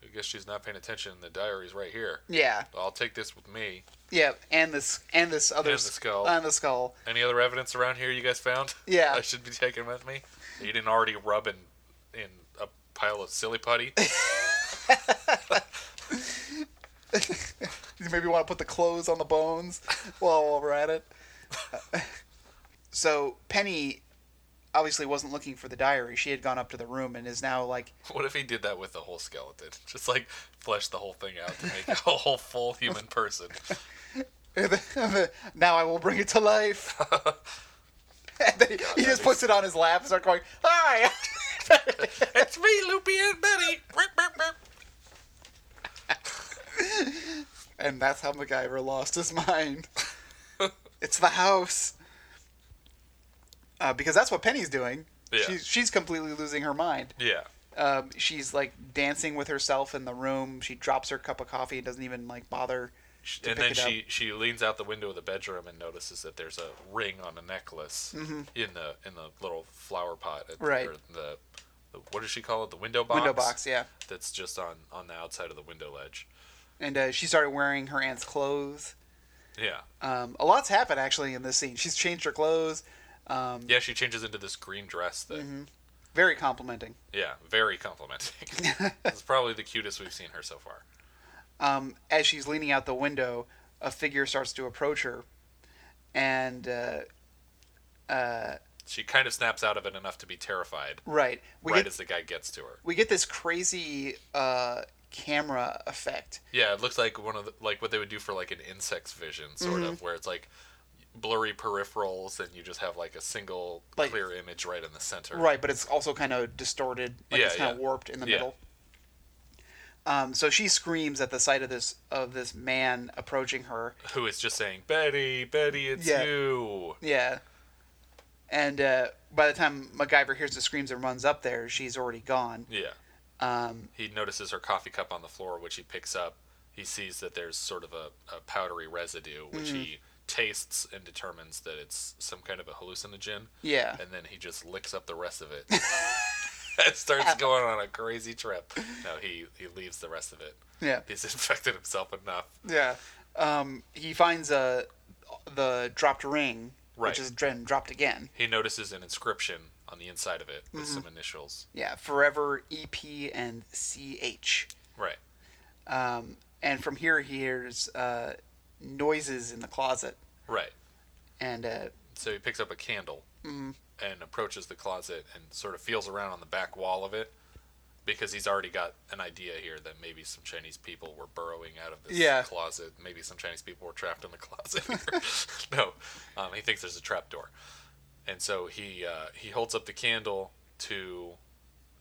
I guess she's not paying attention. The diary's right here.
Yeah,
I'll take this with me.
yeah, and this and this other
And the skull.
and the skull.
Any other evidence around here you guys found? (laughs)
Yeah.
I should be taking with me. that You didn't already rub in in a pile of silly
(laughs)
putty.
You maybe want to put the clothes on the
(laughs)
bones while while we're at it. so Penny obviously wasn't looking for the diary. She had gone up to the room and is now like, (laughs)
what if he did that with the whole skeleton? Just like flesh the whole thing out to make it a whole full human person.
(laughs) now I will bring it
(laughs)
to life. and then he- he just puts it on his lap and starts going,
(laughs)
hi.
it's me, Loopy and Betty. Rip, rip, rip.
and that's how MacGyver lost his mind. (laughs) it's the house. Uh, because that's what Penny's doing.
Yeah.
She's, she's completely losing her mind.
Yeah.
um, she's like dancing with herself in the room. She drops her cup of coffee and doesn't even like bother. to
and then
pick it up.
she she leans out the window of the bedroom and notices that there's a ring on a necklace in the in the little flower pot at
Mm-hmm. Right.
or the, the what does she call it the window box
window box, yeah.
that's just on on the outside of the window ledge
And uh, she started wearing her aunt's clothes.
yeah
Um, a lot's happened actually in this scene. She's changed her clothes. Um,
yeah she changes into this green dress that
Mm-hmm. Very complimenting.
yeah very complimenting
(laughs)
it's probably the cutest we've seen her so far
Um, as she's leaning out the window, a figure starts to approach her, and uh,
she kind of snaps out of it enough to be terrified
right, we
right
get
as the guy gets to her
we get this crazy uh, camera effect.
Yeah, it looks like one of the, like what they would do for like an insect's vision sort
Mm-hmm.
of, where it's like blurry peripherals and you just have like a single
Like-
clear image right in the center.
Right, but it's also kind of distorted. Like
Yeah,
it's kind
yeah.
of warped in the
Yeah.
middle. Um, so she screams at the sight of this of this man
(laughs)
approaching her.
Who is just saying, "Betty, Betty, it's
Yeah.
you."
Yeah. And uh, by the time MacGyver hears the screams and runs up there, she's already gone.
Yeah.
Um,
He notices her coffee cup on the floor, which he picks up. He sees that there's sort of a, a powdery residue, which he tastes and determines that it's some kind of a hallucinogen.
yeah.
And then he just licks up the rest of it. and starts going on a crazy trip. No, he, he leaves the rest of it.
Yeah.
He's (laughs) infected himself enough.
Yeah. Um, he finds uh, the dropped ring,
Right.
which is then dropped again.
He notices an inscription on the inside of it with some initials.
Yeah. Forever EP and CH.
Right.
Um, and from here, he hears uh, noises in the closet.
Right.
And uh,
So he picks up a candle and approaches the closet and sort of feels around on the back wall of it because he's already got an idea here that maybe some Chinese people were burrowing out of this
Yeah.
closet. Maybe some Chinese people were trapped in the closet. (laughs) no, um, he thinks there's a trap door, and so he uh, he holds up the candle to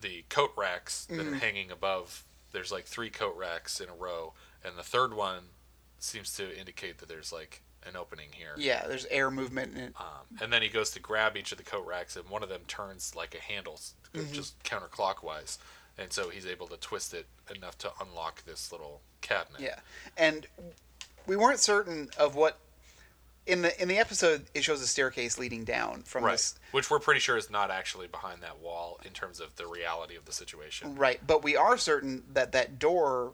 the coat racks that are hanging above. There's like three coat racks in a row, and the third one seems to indicate that there's like an opening here.
yeah, there's air movement. In it.
Um, and then he goes to grab each of the coat racks, and one of them turns like a handle, s- just counterclockwise. And so he's able to twist it enough to unlock this little cabinet.
Yeah, and we weren't certain of what in the in the episode. It shows a staircase leading down from
Right.
this.
Which we're pretty sure is not actually behind that wall in terms of the reality of the situation.
Right, but we are certain that that door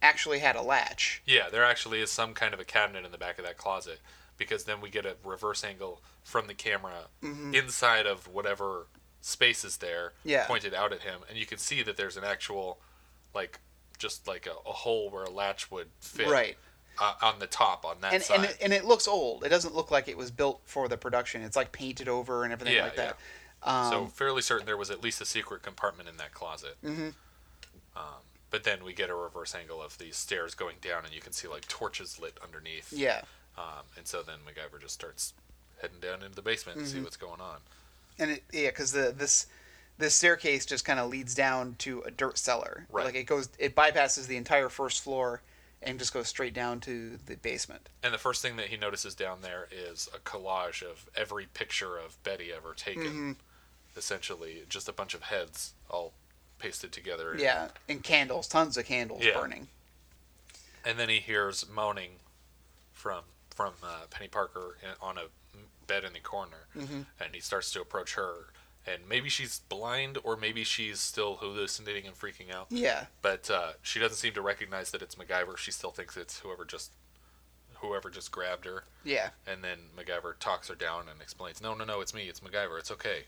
actually had a latch.
Yeah, there actually is some kind of a cabinet in the back of that closet because then we get a reverse angle from the camera inside of whatever space is there
Mm-hmm. Yeah.
pointed out at him and you can see that there's an actual like just like a, a hole where a latch would fit
Right.
uh, on the top on that
And,
side.
and, it, and it looks old. It doesn't look like it was built for the production. It's like painted over and everything
Yeah,
like that. um,
so fairly certain there was at least a secret compartment in that closet.
Mm-hmm.
Um, but then we get a reverse angle of these stairs going down and you can see like torches lit underneath.
Yeah.
Um, and so then MacGyver just starts heading down into the basement to see what's going on.
and it, yeah, because the this this staircase just kind of leads down to a dirt cellar.
Right.
Like it goes, it bypasses the entire first floor and just goes straight down to the basement.
And the first thing that he notices down there is a collage of every picture of Betty ever taken. Essentially, just a bunch of heads all pasted together.
Yeah, and candles, tons of candles
Yeah.
burning.
And then he hears moaning from from uh, Penny Parker in- on a m- bed in the corner, and he starts to approach her. And maybe she's blind, or maybe she's still hallucinating and freaking out.
Yeah,
But uh, she doesn't seem to recognize that it's MacGyver. She still thinks it's whoever just whoever just grabbed her.
yeah,
And then MacGyver talks her down and explains, "No, no, no, it's me. It's MacGyver. It's okay."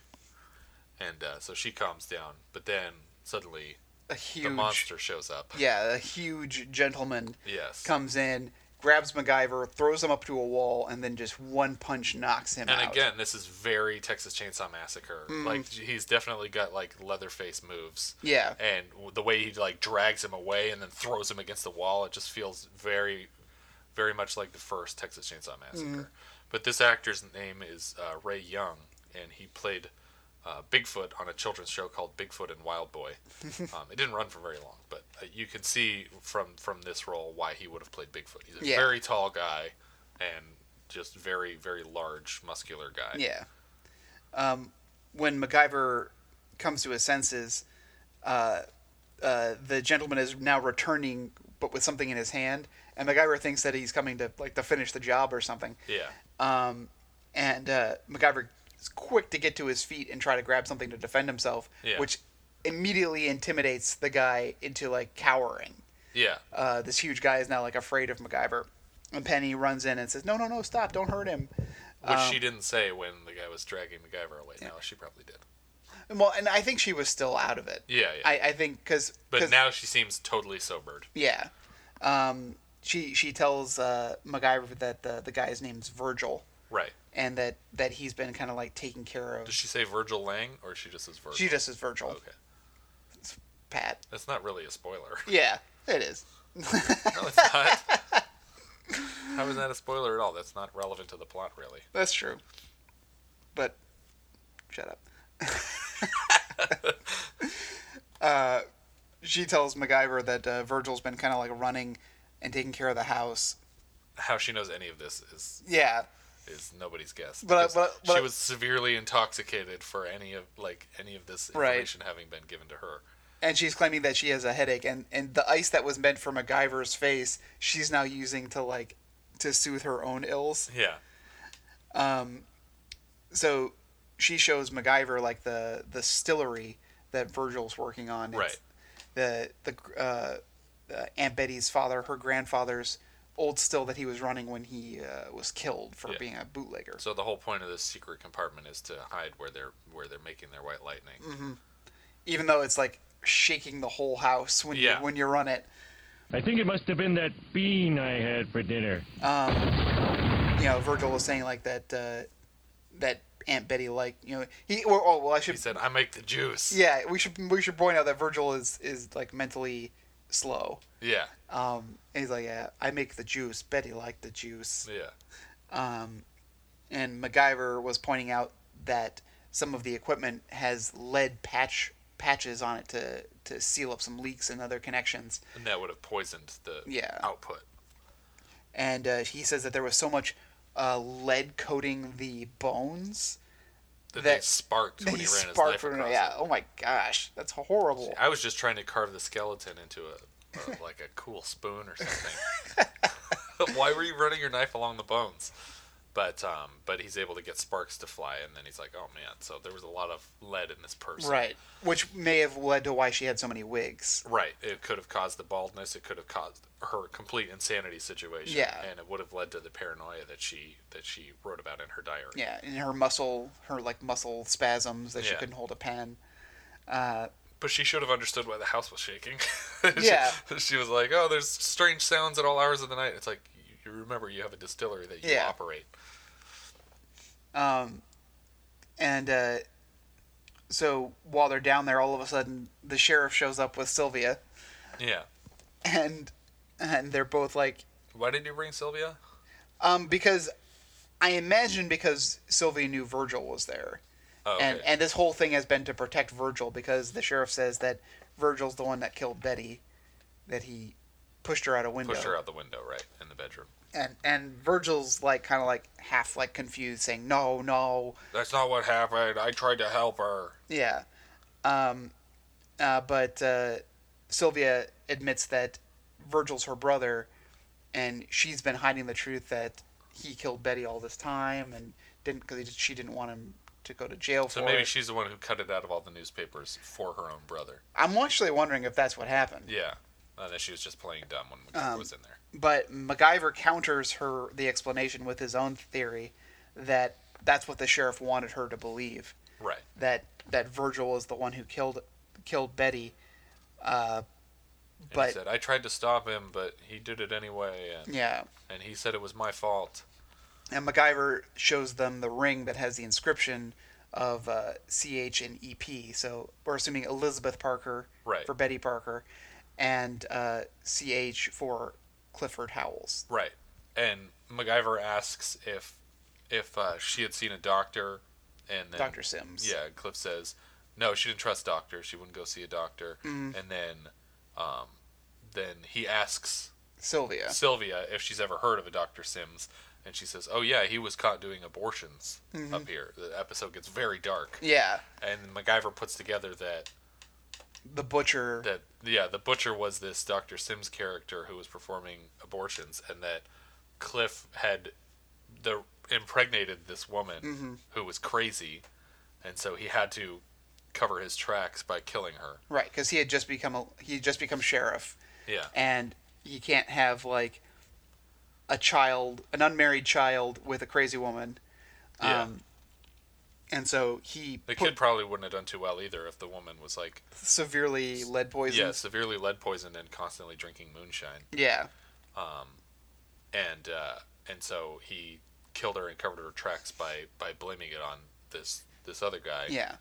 And uh, so she calms down. But then suddenly
a
the
huge,
monster shows up.
yeah, a huge gentleman
Yes.
comes in, grabs MacGyver, throws him up to a wall, and then just one punch knocks him
and
out. Mm-hmm.
again, this is very Texas Chainsaw Massacre. Like he's definitely got like Leatherface moves.
yeah,
And the way he like drags him away and then throws him against the wall, it just feels very, very much like the first Texas Chainsaw Massacre.
Mm.
But this actor's name is uh, Ray Young, and he played uh, Bigfoot on a children's show called Bigfoot and Wild
(laughs)
Boy. um, it didn't run for very long, but uh, you can see from from this role why he would have played Bigfoot. He's a
Yeah.
very tall guy, and just very very large muscular guy.
yeah. Um, when MacGyver comes to his senses, uh, uh, the gentleman is now returning, but with something in his hand, and MacGyver thinks that he's coming to like to finish the job or something.
Yeah.
Um, and uh, MacGyver is quick to get to his feet and try to grab something to defend himself,
Yeah.
which immediately intimidates the guy into like cowering.
Yeah.
Uh, this huge guy is now like afraid of MacGyver, and Penny runs in and says, "No, no, no, stop! Don't hurt him."
Which
Um,
she didn't say when the guy was dragging MacGyver away. No, she probably did.
And, well, and I think she was still out of it.
Yeah, yeah.
I, I think because
but now she seems totally sobered.
yeah, um, she she tells uh, MacGyver that the the guy's name's Virgil,
Right.
and that that he's been kind of like taken care of.
Does she say Virgil Lang or she just says Virgil?
She just is Virgil,
Okay.
Pat.
That's not really a
(laughs)
spoiler.
Yeah, it is.
no, it's not. How is that a spoiler at all? That's not relevant to the plot, really.
That's true. But shut up. uh, she tells MacGyver that uh, Virgil's been kind of like running and taking care of the house.
How she knows any of this is
Yeah,
is nobody's guess.
But I-
because
but I- but
she
I-
was severely intoxicated for any of like any of this
Right.
information having been given to her.
and she's claiming that she has a headache, and and the ice that was meant for MacGyver's face, she's now using to like to soothe her own ills.
Yeah.
So she shows MacGyver like the the stillery that Virgil's working on. It's
Right.
The the uh, uh, Aunt Betty's father, her grandfather's old still that he was running when he uh, was killed for
Yeah.
being a bootlegger.
So the whole point of this secret compartment is to hide where they're where they're making their white lightning.
Mm-hmm. Even though it's like shaking the whole house when
Yeah.
you when you run it.
I think it must have been that bean I had for dinner.
You know, Virgil was saying like that uh, that Aunt Betty like you know he or, oh well I should
He said, "I make the juice."
yeah we should we should point out that Virgil is is like mentally slow.
Yeah.
Um, and he's like, yeah, I make the juice. Betty liked the juice.
Yeah.
Um, and MacGyver was pointing out that some of the equipment has lead patch patches on it to to seal up some leaks and other connections.
And that would have poisoned the
Yeah.
output.
And uh, he says that there was so much uh, lead coating the bones
That, they
That-
sparked
that
when he
he
ran his
sparked
life
from.
across
Yeah.
it.
Oh my gosh, that's horrible.
I was just trying to carve the skeleton into a,
(laughs)
a like a cool spoon or something. (laughs) Why were you running your knife along the bones? But um, but he's able to get sparks to fly, and then he's like, "Oh man!" So there was a lot of lead in this person.
Right. Which may have led to why she had so many wigs.
Right. It could have caused the baldness. It could have caused her complete insanity situation.
Yeah.
And it would have led to the paranoia that she that she wrote about in her diary.
Yeah, and her muscle, her like muscle spasms that she
Yeah.
couldn't hold a pen.
But she should have understood why the house was shaking. (laughs) She-
Yeah.
she was like, "Oh, there's strange sounds at all hours of the night." It's like you, you remember you have a distillery that you
Yeah.
operate.
Um, and uh, so while they're down there, all of a sudden the sheriff shows up with Sylvia,
Yeah.
and and they're both like,
Why did you bring Sylvia?
um, because I imagine because Sylvia knew Virgil was there,
Oh, okay.
and and this whole thing has been to protect Virgil because the sheriff says that Virgil's the one that killed Betty, that he pushed her out a window.
pushed her out the window, right in the bedroom.
and and Virgil's like kind of like half like confused, saying no, no,
That's not what happened. I tried to help her.
yeah. Um, Uh, but uh, Sylvia admits that Virgil's her brother, and she's been hiding the truth that he killed Betty all this time and didn't because she didn't want him to go to jail
So
for
maybe
it.
she's the one who cut it out of all the newspapers for her own brother.
I'm actually wondering if that's what happened.
Yeah. And then she was just playing dumb when
Um,
MacGyver was in there.
But MacGyver counters her the explanation with his own theory that that's what the sheriff wanted her to believe
Right.
that that Virgil was the one who killed killed Betty. uh,
And
But-
he said, I tried to stop him, but he did it anyway. And,
Yeah,
and he said it was my fault.
and MacGyver shows them the ring that has the inscription of uh, CH and EP. So we're assuming Elizabeth Parker
Right.
for Betty Parker, and uh, CH for Clifford Howells.
Right. And MacGyver asks if if uh, she had seen a doctor, and then
Dr. Sims.
Yeah, Cliff says no, she didn't trust doctor. She wouldn't go see a doctor. And then, um, then he asks
Sylvia.
Sylvia if she's ever heard of a Dr. Sims, and she says, "Oh yeah, he was caught doing abortions up here." The episode gets very dark,
Yeah,
and MacGyver puts together that
the butcher.
that yeah, the butcher was this Dr. Sims character who was performing abortions, and that Cliff had the impregnated this woman who was crazy, and so he had to cover his tracks by killing her.
Right, because he had just become a he had just become sheriff,
Yeah,
and you can't have like a child, an unmarried child with a crazy woman.
yeah.
Um, and so he
the
put
kid probably wouldn't have done too well either if the woman was like,
severely lead poisoned.
yeah, severely lead poisoned and constantly drinking moonshine.
Yeah.
and uh, and so he killed her and covered her tracks by by blaming it on this this other guy.
Yeah.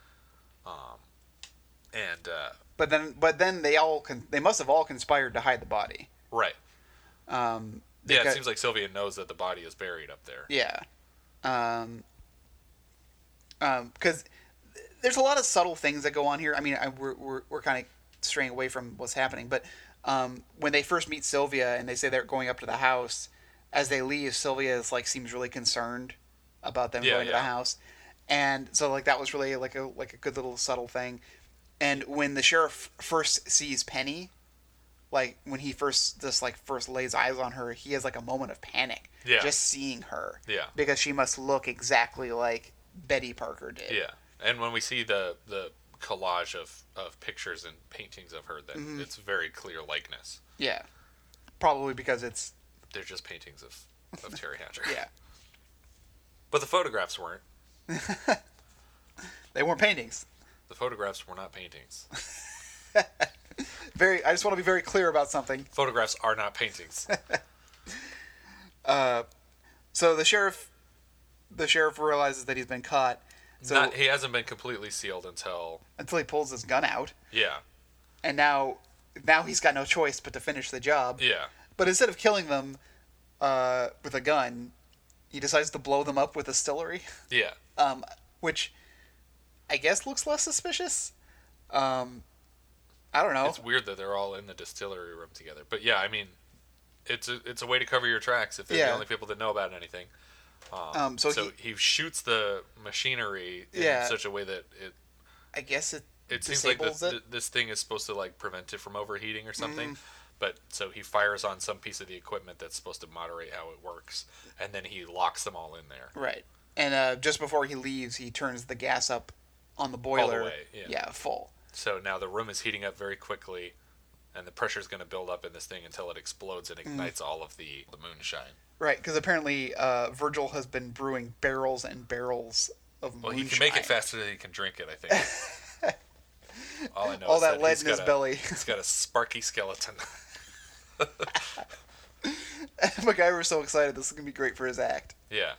And uh,
But then, but then they all con- they must have all conspired to hide the body.
right.
Um,
Yeah, it
because-
seems like Sylvia knows that the body is buried up there.
Yeah. Um. Um. Because there's a lot of subtle things that go on here. I mean, I, we're we're, we're kind of straying away from what's happening, but um, when they first meet Sylvia and they say they're going up to the house, as they leave, Sylvia is like seems really concerned about them
Yeah,
going to the
yeah.
house, and so like that was really like a like a good little subtle thing. And when the sheriff first sees Penny, like when he first just like first lays eyes on her, he has like a moment of panic.
Yeah.
Just seeing her.
Yeah.
Because she must look exactly like Betty Parker did.
Yeah. And when we see the the collage of of pictures and paintings of her, then
Mm-hmm.
it's very clear likeness.
Yeah. Probably because it's
They're just paintings of of Terry Hatcher.
(laughs) yeah.
But the photographs weren't.
They weren't paintings.
The photographs were not paintings.
Very I just want to be very clear about something.
photographs are not paintings.
So the sheriff the sheriff realizes that he's been caught. (laughs) So
not, he hasn't been completely sealed until
until he pulls his gun out
yeah,
and now now he's got no choice but to finish the job.
yeah.
But instead of killing them uh, with a gun, he decides to blow them up with a stillery, (laughs)
Yeah.
um, which I guess looks less suspicious. Um, I don't know.
It's weird that they're all in the distillery room together. But yeah, I mean, it's a, it's a way to cover your tracks if they're
Yeah.
the only people that know about anything.
Um, so
So,
he,
he, shoots the machinery in
Yeah.
such a way that it
I guess it,
it seems like
disables
this,
it. Mm.
this thing is supposed to like prevent it from overheating or something. But so he fires on some piece of the equipment that's supposed to moderate how it works, and then he locks them all in there.
Right. And uh, just before he leaves, he turns the gas up on the boiler.
way, yeah.
full.
So now the room is heating up very quickly, and the pressure's going to build up in this thing until it explodes
Mm.
and ignites all of the, the moonshine.
Right, because apparently uh, Virgil has been brewing barrels and barrels of
Well,
moonshine.
he can make it faster than he can drink it, I think.
(laughs)
All I know
All
is
that lead
he's
in his
got a-
belly. (laughs)
he's got a sparky skeleton.
MacGyver's so excited. This is gonna be great for his act.
yeah.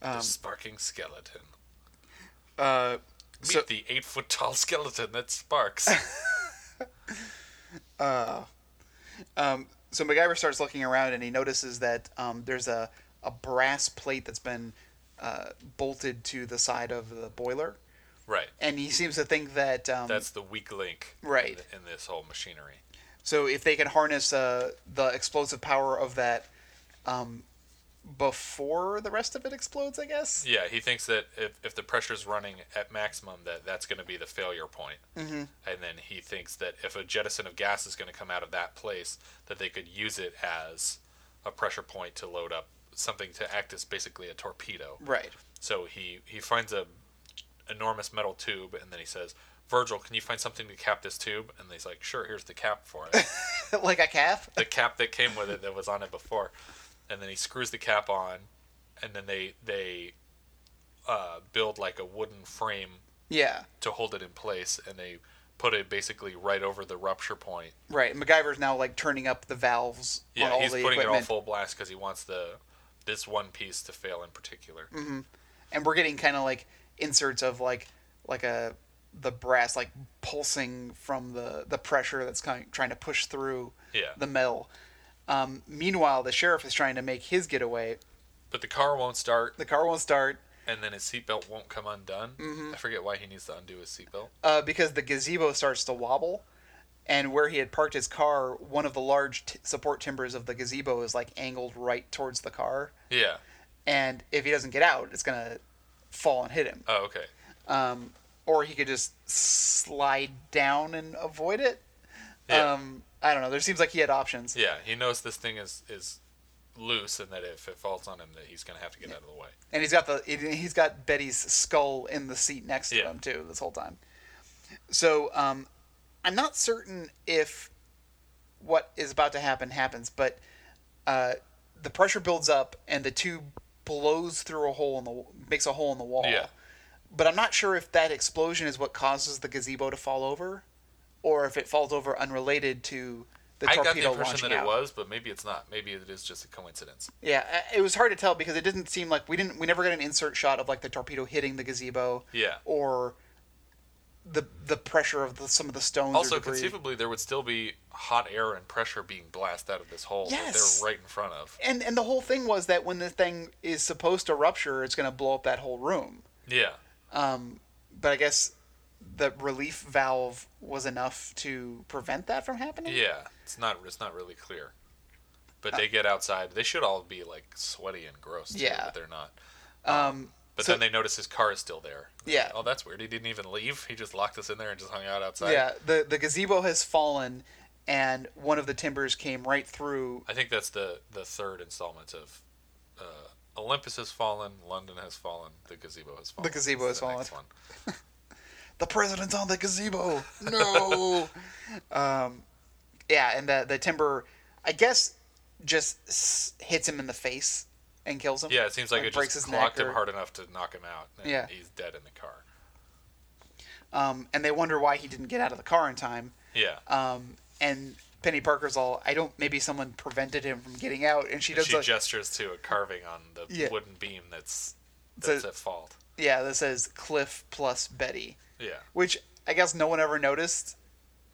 the sparking skeleton.
Um, Uh,
Meet
so-
the eight foot tall skeleton that
(laughs)
sparks.
Um, so MacGyver starts looking around and he notices that um, there's a, a brass plate that's been uh, bolted to the side of the boiler,
right.
and he seems to think that um,
That's the weak link in
Right.
th- in, this whole machinery.
so if they can harness uh, the explosive power of that um, before the rest of it explodes, I guess.
Yeah, he thinks that if, if the pressure's running at maximum, that that's going to be the failure point. Mm-hmm. And then he thinks that if a jettison of gas is going to come out of that place, that they could use it as a pressure point to load up something to act as basically a torpedo.
Right. (laughs)
So he he finds a enormous metal tube, and then he says, "Virgil, can you find something to cap this tube?" And he's like, "Sure, here's the cap for
(laughs)
it."
like a calf.
the cap that came with it that was on it before, and then he screws the cap on, and then they they uh, build like a wooden frame
Yeah.
to hold it in place, and they put it basically right over the rupture point.
Right. MacGyver's now like turning up the valves on
Yeah,
all
he's
the
putting it on
equipment,
full blast because he wants the this one piece to fail in particular.
Mm-hmm. and we're getting kind of like inserts of like like a the brass like pulsing from the the pressure that's kind trying to push through
Yeah.
the metal. Um, meanwhile, the sheriff is trying to make his getaway.
But the car won't start,
The car won't start
and then his seatbelt won't come undone.
Mm-hmm.
I forget why he needs to undo his seatbelt.
uh, because the gazebo starts to wobble, and where he had parked his car, one of the large t- support timbers of the gazebo is like angled right towards the car,
Yeah.
and if he doesn't get out, it's gonna fall and hit him.
Oh, okay.
um, or he could just slide down and avoid it.
Yeah.
Um, I don't know. There seems like he had options.
Yeah, he knows this thing is is loose, and that if it falls on him, that he's gonna have to get out of the way.
and he's got the he's got Betty's skull in the seat next to
Yeah.
him too this whole time. So um, I'm not certain if what is about to happen happens, but uh, the pressure builds up and the tube blows through a hole in the makes a hole in the wall.
Yeah.
But I'm not sure if that explosion is what causes the gazebo to fall over, or if it falls over unrelated to the
I
torpedo
got the impression
launching
that it
out.
was, but maybe it's not. Maybe it is just a coincidence.
Yeah, I- it was hard to tell because it didn't seem like we didn't we never got an insert shot of like the torpedo hitting the gazebo.
Yeah.
Or the the pressure of the, some of the stones.
Also,
or debris.
conceivably, there would still be hot air and pressure being blasted out of this hole
Yes.
that they're right in front of.
And and the whole thing was that when the thing is supposed to rupture, it's going to blow up that whole room.
Yeah,
But I guess the relief valve was enough to prevent that from happening.
yeah. It's not. It's not really clear.
Uh,
But they get outside. They should all be like sweaty and gross. Too,
Yeah.
but they're not.
Um.
But
So-
then they notice his car is still there.
Yeah.
Oh, that's weird. He didn't even leave. He just locked us in there and just hung out outside.
Yeah. The the gazebo has fallen, and one of the timbers came right through
I think that's the the third installment of uh, Olympus has fallen, London has fallen, the gazebo has fallen.
The gazebo
It's
has
next
fallen.
one.
the president's on the gazebo.
(laughs)
No. um, yeah, and the the timber, I guess, just s- hits him in the face and kills him.
Yeah, it seems like, it
breaks
just
his neck
clocked him
or-
hard enough to knock him out. And
Yeah.
he's dead in the car.
Um, and they wonder why he didn't get out of the car in time.
Yeah,
Um, and Penny Parker's all, I don't. Maybe someone prevented him from getting out, and she does.
she
like,
gestures to a carving on the
Yeah.
wooden beam that's
So-
that's at fault.
yeah, that says Cliff plus Betty,
Yeah,
which I guess no one ever noticed.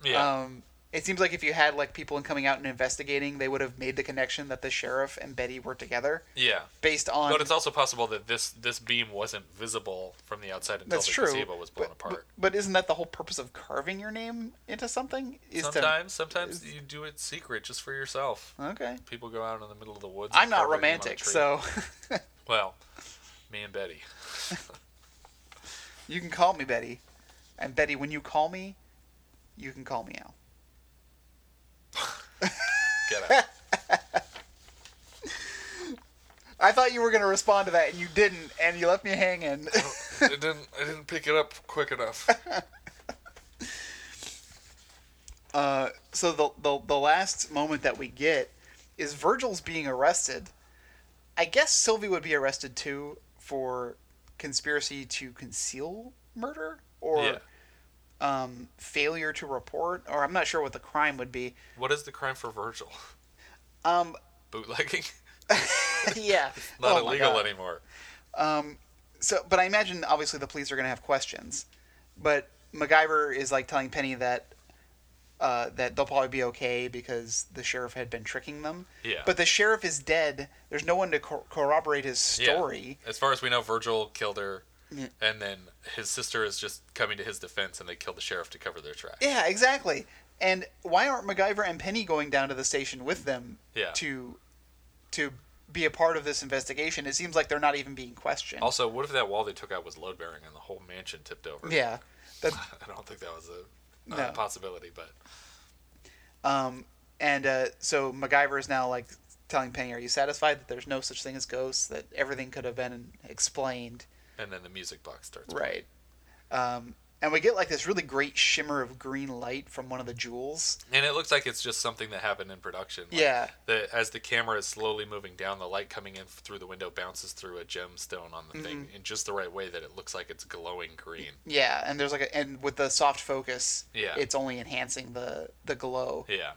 yeah,
Um, it seems like if you had like people coming out and investigating, they would have made the connection that the sheriff and Betty were together.
yeah.
based on
But it's also possible that this this beam wasn't visible from the outside until
that's
the
true.
gazebo was blown
but,
apart.
But, but isn't that the whole purpose of carving your name into something? Is
sometimes, sometimes you do it secret just for yourself.
to okay.
People go out in the middle of the woods. and
Uh, I'm not
carve their name on a
romantic,
tree.
so (laughs)
Well, me and Betty.
you can call me Betty, and Betty, when you call me, you can call me Al.
Get out.
I thought you were gonna respond to that, and you didn't, and you left me hanging. (laughs)
I didn't. I didn't pick it up quick enough.
uh, so the, the the last moment that we get is Virgil's being arrested. I guess Sylvie would be arrested too for conspiracy to conceal murder or.
Yeah.
um, failure to report, or I'm not sure what the crime would be. (laughs)
What is the crime for Virgil?
Um,
Bootlegging. (laughs)
yeah,
Not
Oh my
illegal
God.
anymore.
So, but I imagine obviously the police are going to have questions. But MacGyver is like telling Penny that uh, that they'll probably be okay because the sheriff had been tricking them.
Yeah.
But the sheriff is dead. There's no one to cor- corroborate his story.
Yeah. As far as we know, Virgil killed her, and then his sister is just coming to his defense, and they killed the sheriff to cover their tracks.
Yeah, exactly. And why aren't MacGyver and Penny going down to the station with them
Yeah.
to to be a part of this investigation. It seems like they're not even being questioned.
Also, what if that wall they took out was load bearing and the whole mansion tipped over? (laughs)
yeah, that,
I don't think that was a,
No.
a possibility, but
um, and uh, so MacGyver is now like telling Penny, "Are you satisfied that there's no such thing as ghosts? That everything could have been explained?"
and then the music box starts.
Right. Um, and we get like this really great shimmer of green light from one of the jewels.
And it looks like it's just something that happened in production. Like,
Yeah.
The, as the camera is slowly moving down, the light coming in through the window bounces through a gemstone on the
Mm-hmm.
thing in just the right way that it looks like it's glowing
(laughs)
green.
Yeah, and there's like a, and with the soft focus,
Yeah.
it's only enhancing the the glow.
Yeah.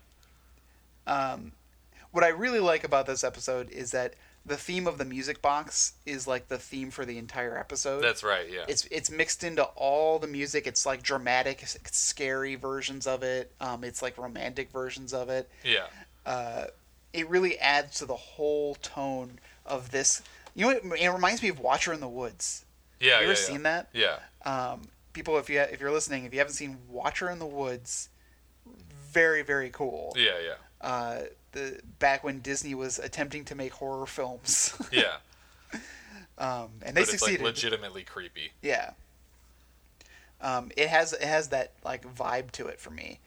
What I really like about this episode is that the theme of the music box is like the theme for the entire episode.
That's right. Yeah.
it's it's mixed into all the music. It's like dramatic, s- scary versions of it. Um, it's like romantic versions of it.
yeah.
It really adds to the whole tone of this. You know, what, it reminds me of Watcher in the Woods.
Yeah.
you ever
yeah, yeah.
seen that?
Yeah.
Um, people, if you if you're listening, if you haven't seen Watcher in the Woods, very very cool.
Yeah. Yeah.
Uh, the back when Disney was attempting to make horror films, (laughs)
Yeah.
um, and they
but
succeeded.
it's like legitimately creepy.
Yeah. Um, it has it has that like vibe to it for me.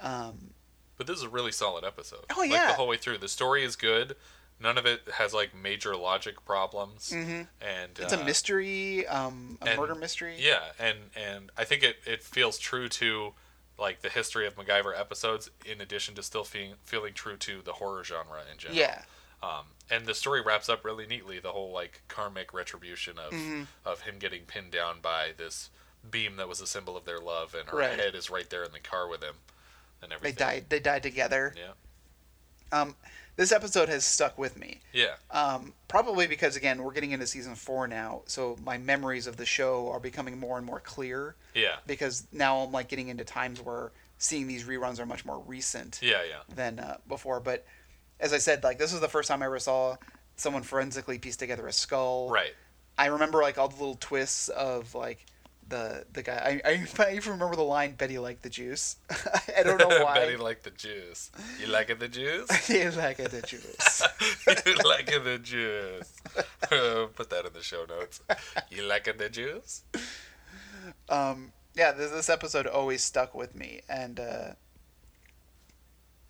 Um,
But this is a really solid episode.
Oh,
Like
yeah.
the whole way through. The story is good. None of it has like major logic problems. Mm-hmm. And
it's
uh,
a mystery, um, a
and-
murder mystery.
Yeah, and and I think it, it feels true to like the history of MacGyver episodes, in addition to still feeling feeling true to the horror genre in general.
Yeah.
Um, and the story wraps up really neatly the whole like karmic retribution of
Mm-hmm.
of him getting pinned down by this beam that was a symbol of their love, and her
Right.
head is right there in the car with him, and
They
everything.
died. They died together.
Yeah.
Um, this episode has stuck with me.
Yeah.
Um, probably because again we're getting into season four now, so my memories of the show are becoming more and more clear.
Yeah.
Because now I'm like getting into times where seeing these reruns are much more recent.
Yeah. Yeah.
than uh, before. But as I said, like this was the first time I ever saw someone forensically piece together a skull.
Right.
I remember like all the little twists of like the the guy. I, I, (laughs) I even remember the line "Betty liked the juice." (laughs) I don't know why.
(laughs) Betty liked the juice. You liking the juice? (laughs)
(laughs) Betty liked the juice.
you liking the juice? (laughs) Uh, Put that in the show notes. You liking the juice?
um, yeah, this, this episode always stuck with me, and uh,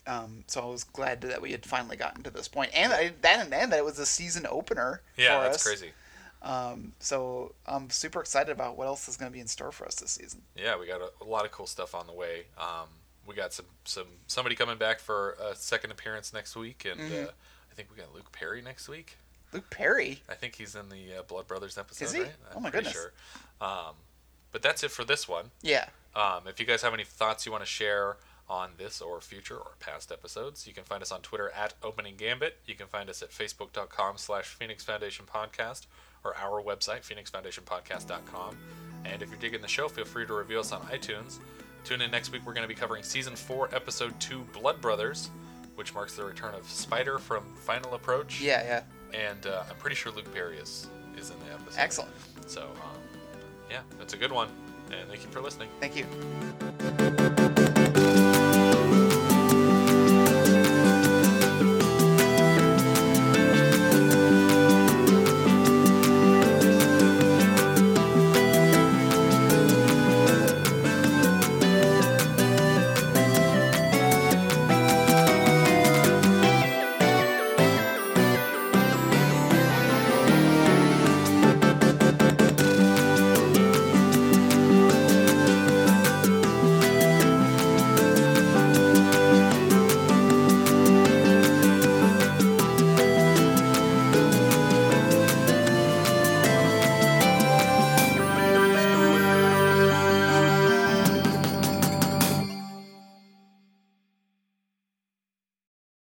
um, so I was glad that we had finally gotten to this point, and I, that and that it was a season opener.
Yeah,
for
that's
us.
crazy.
Um, so I'm super excited about what else is going to be in store for us this season.
Yeah, we got a, a lot of cool stuff on the way. Um, we got some some somebody coming back for a second appearance next week, and
Mm-hmm.
uh, I think we got Luke Perry next week.
Luke Perry.
I think he's in the uh, Blood Brothers episode.
Is he?
Right?
Oh my
pretty
goodness.
Sure. Um, but that's it for this one.
Yeah.
Um, if you guys have any thoughts you want to share on this or future or past episodes, you can find us on Twitter at Opening Gambit. You can find us at facebook.com slash Phoenix Foundation Podcast or our website, phoenixfoundationpodcast.com. And if you're digging the show, feel free to review us on iTunes. Tune in next week. We're going to be covering Season 4, Episode 2, Blood Brothers, which marks the return of Spider from Final Approach.
Yeah, yeah.
And uh, I'm pretty sure Luke Perry is, is in the episode.
Excellent.
So, um, yeah, that's a good one. And thank you for listening.
Thank you.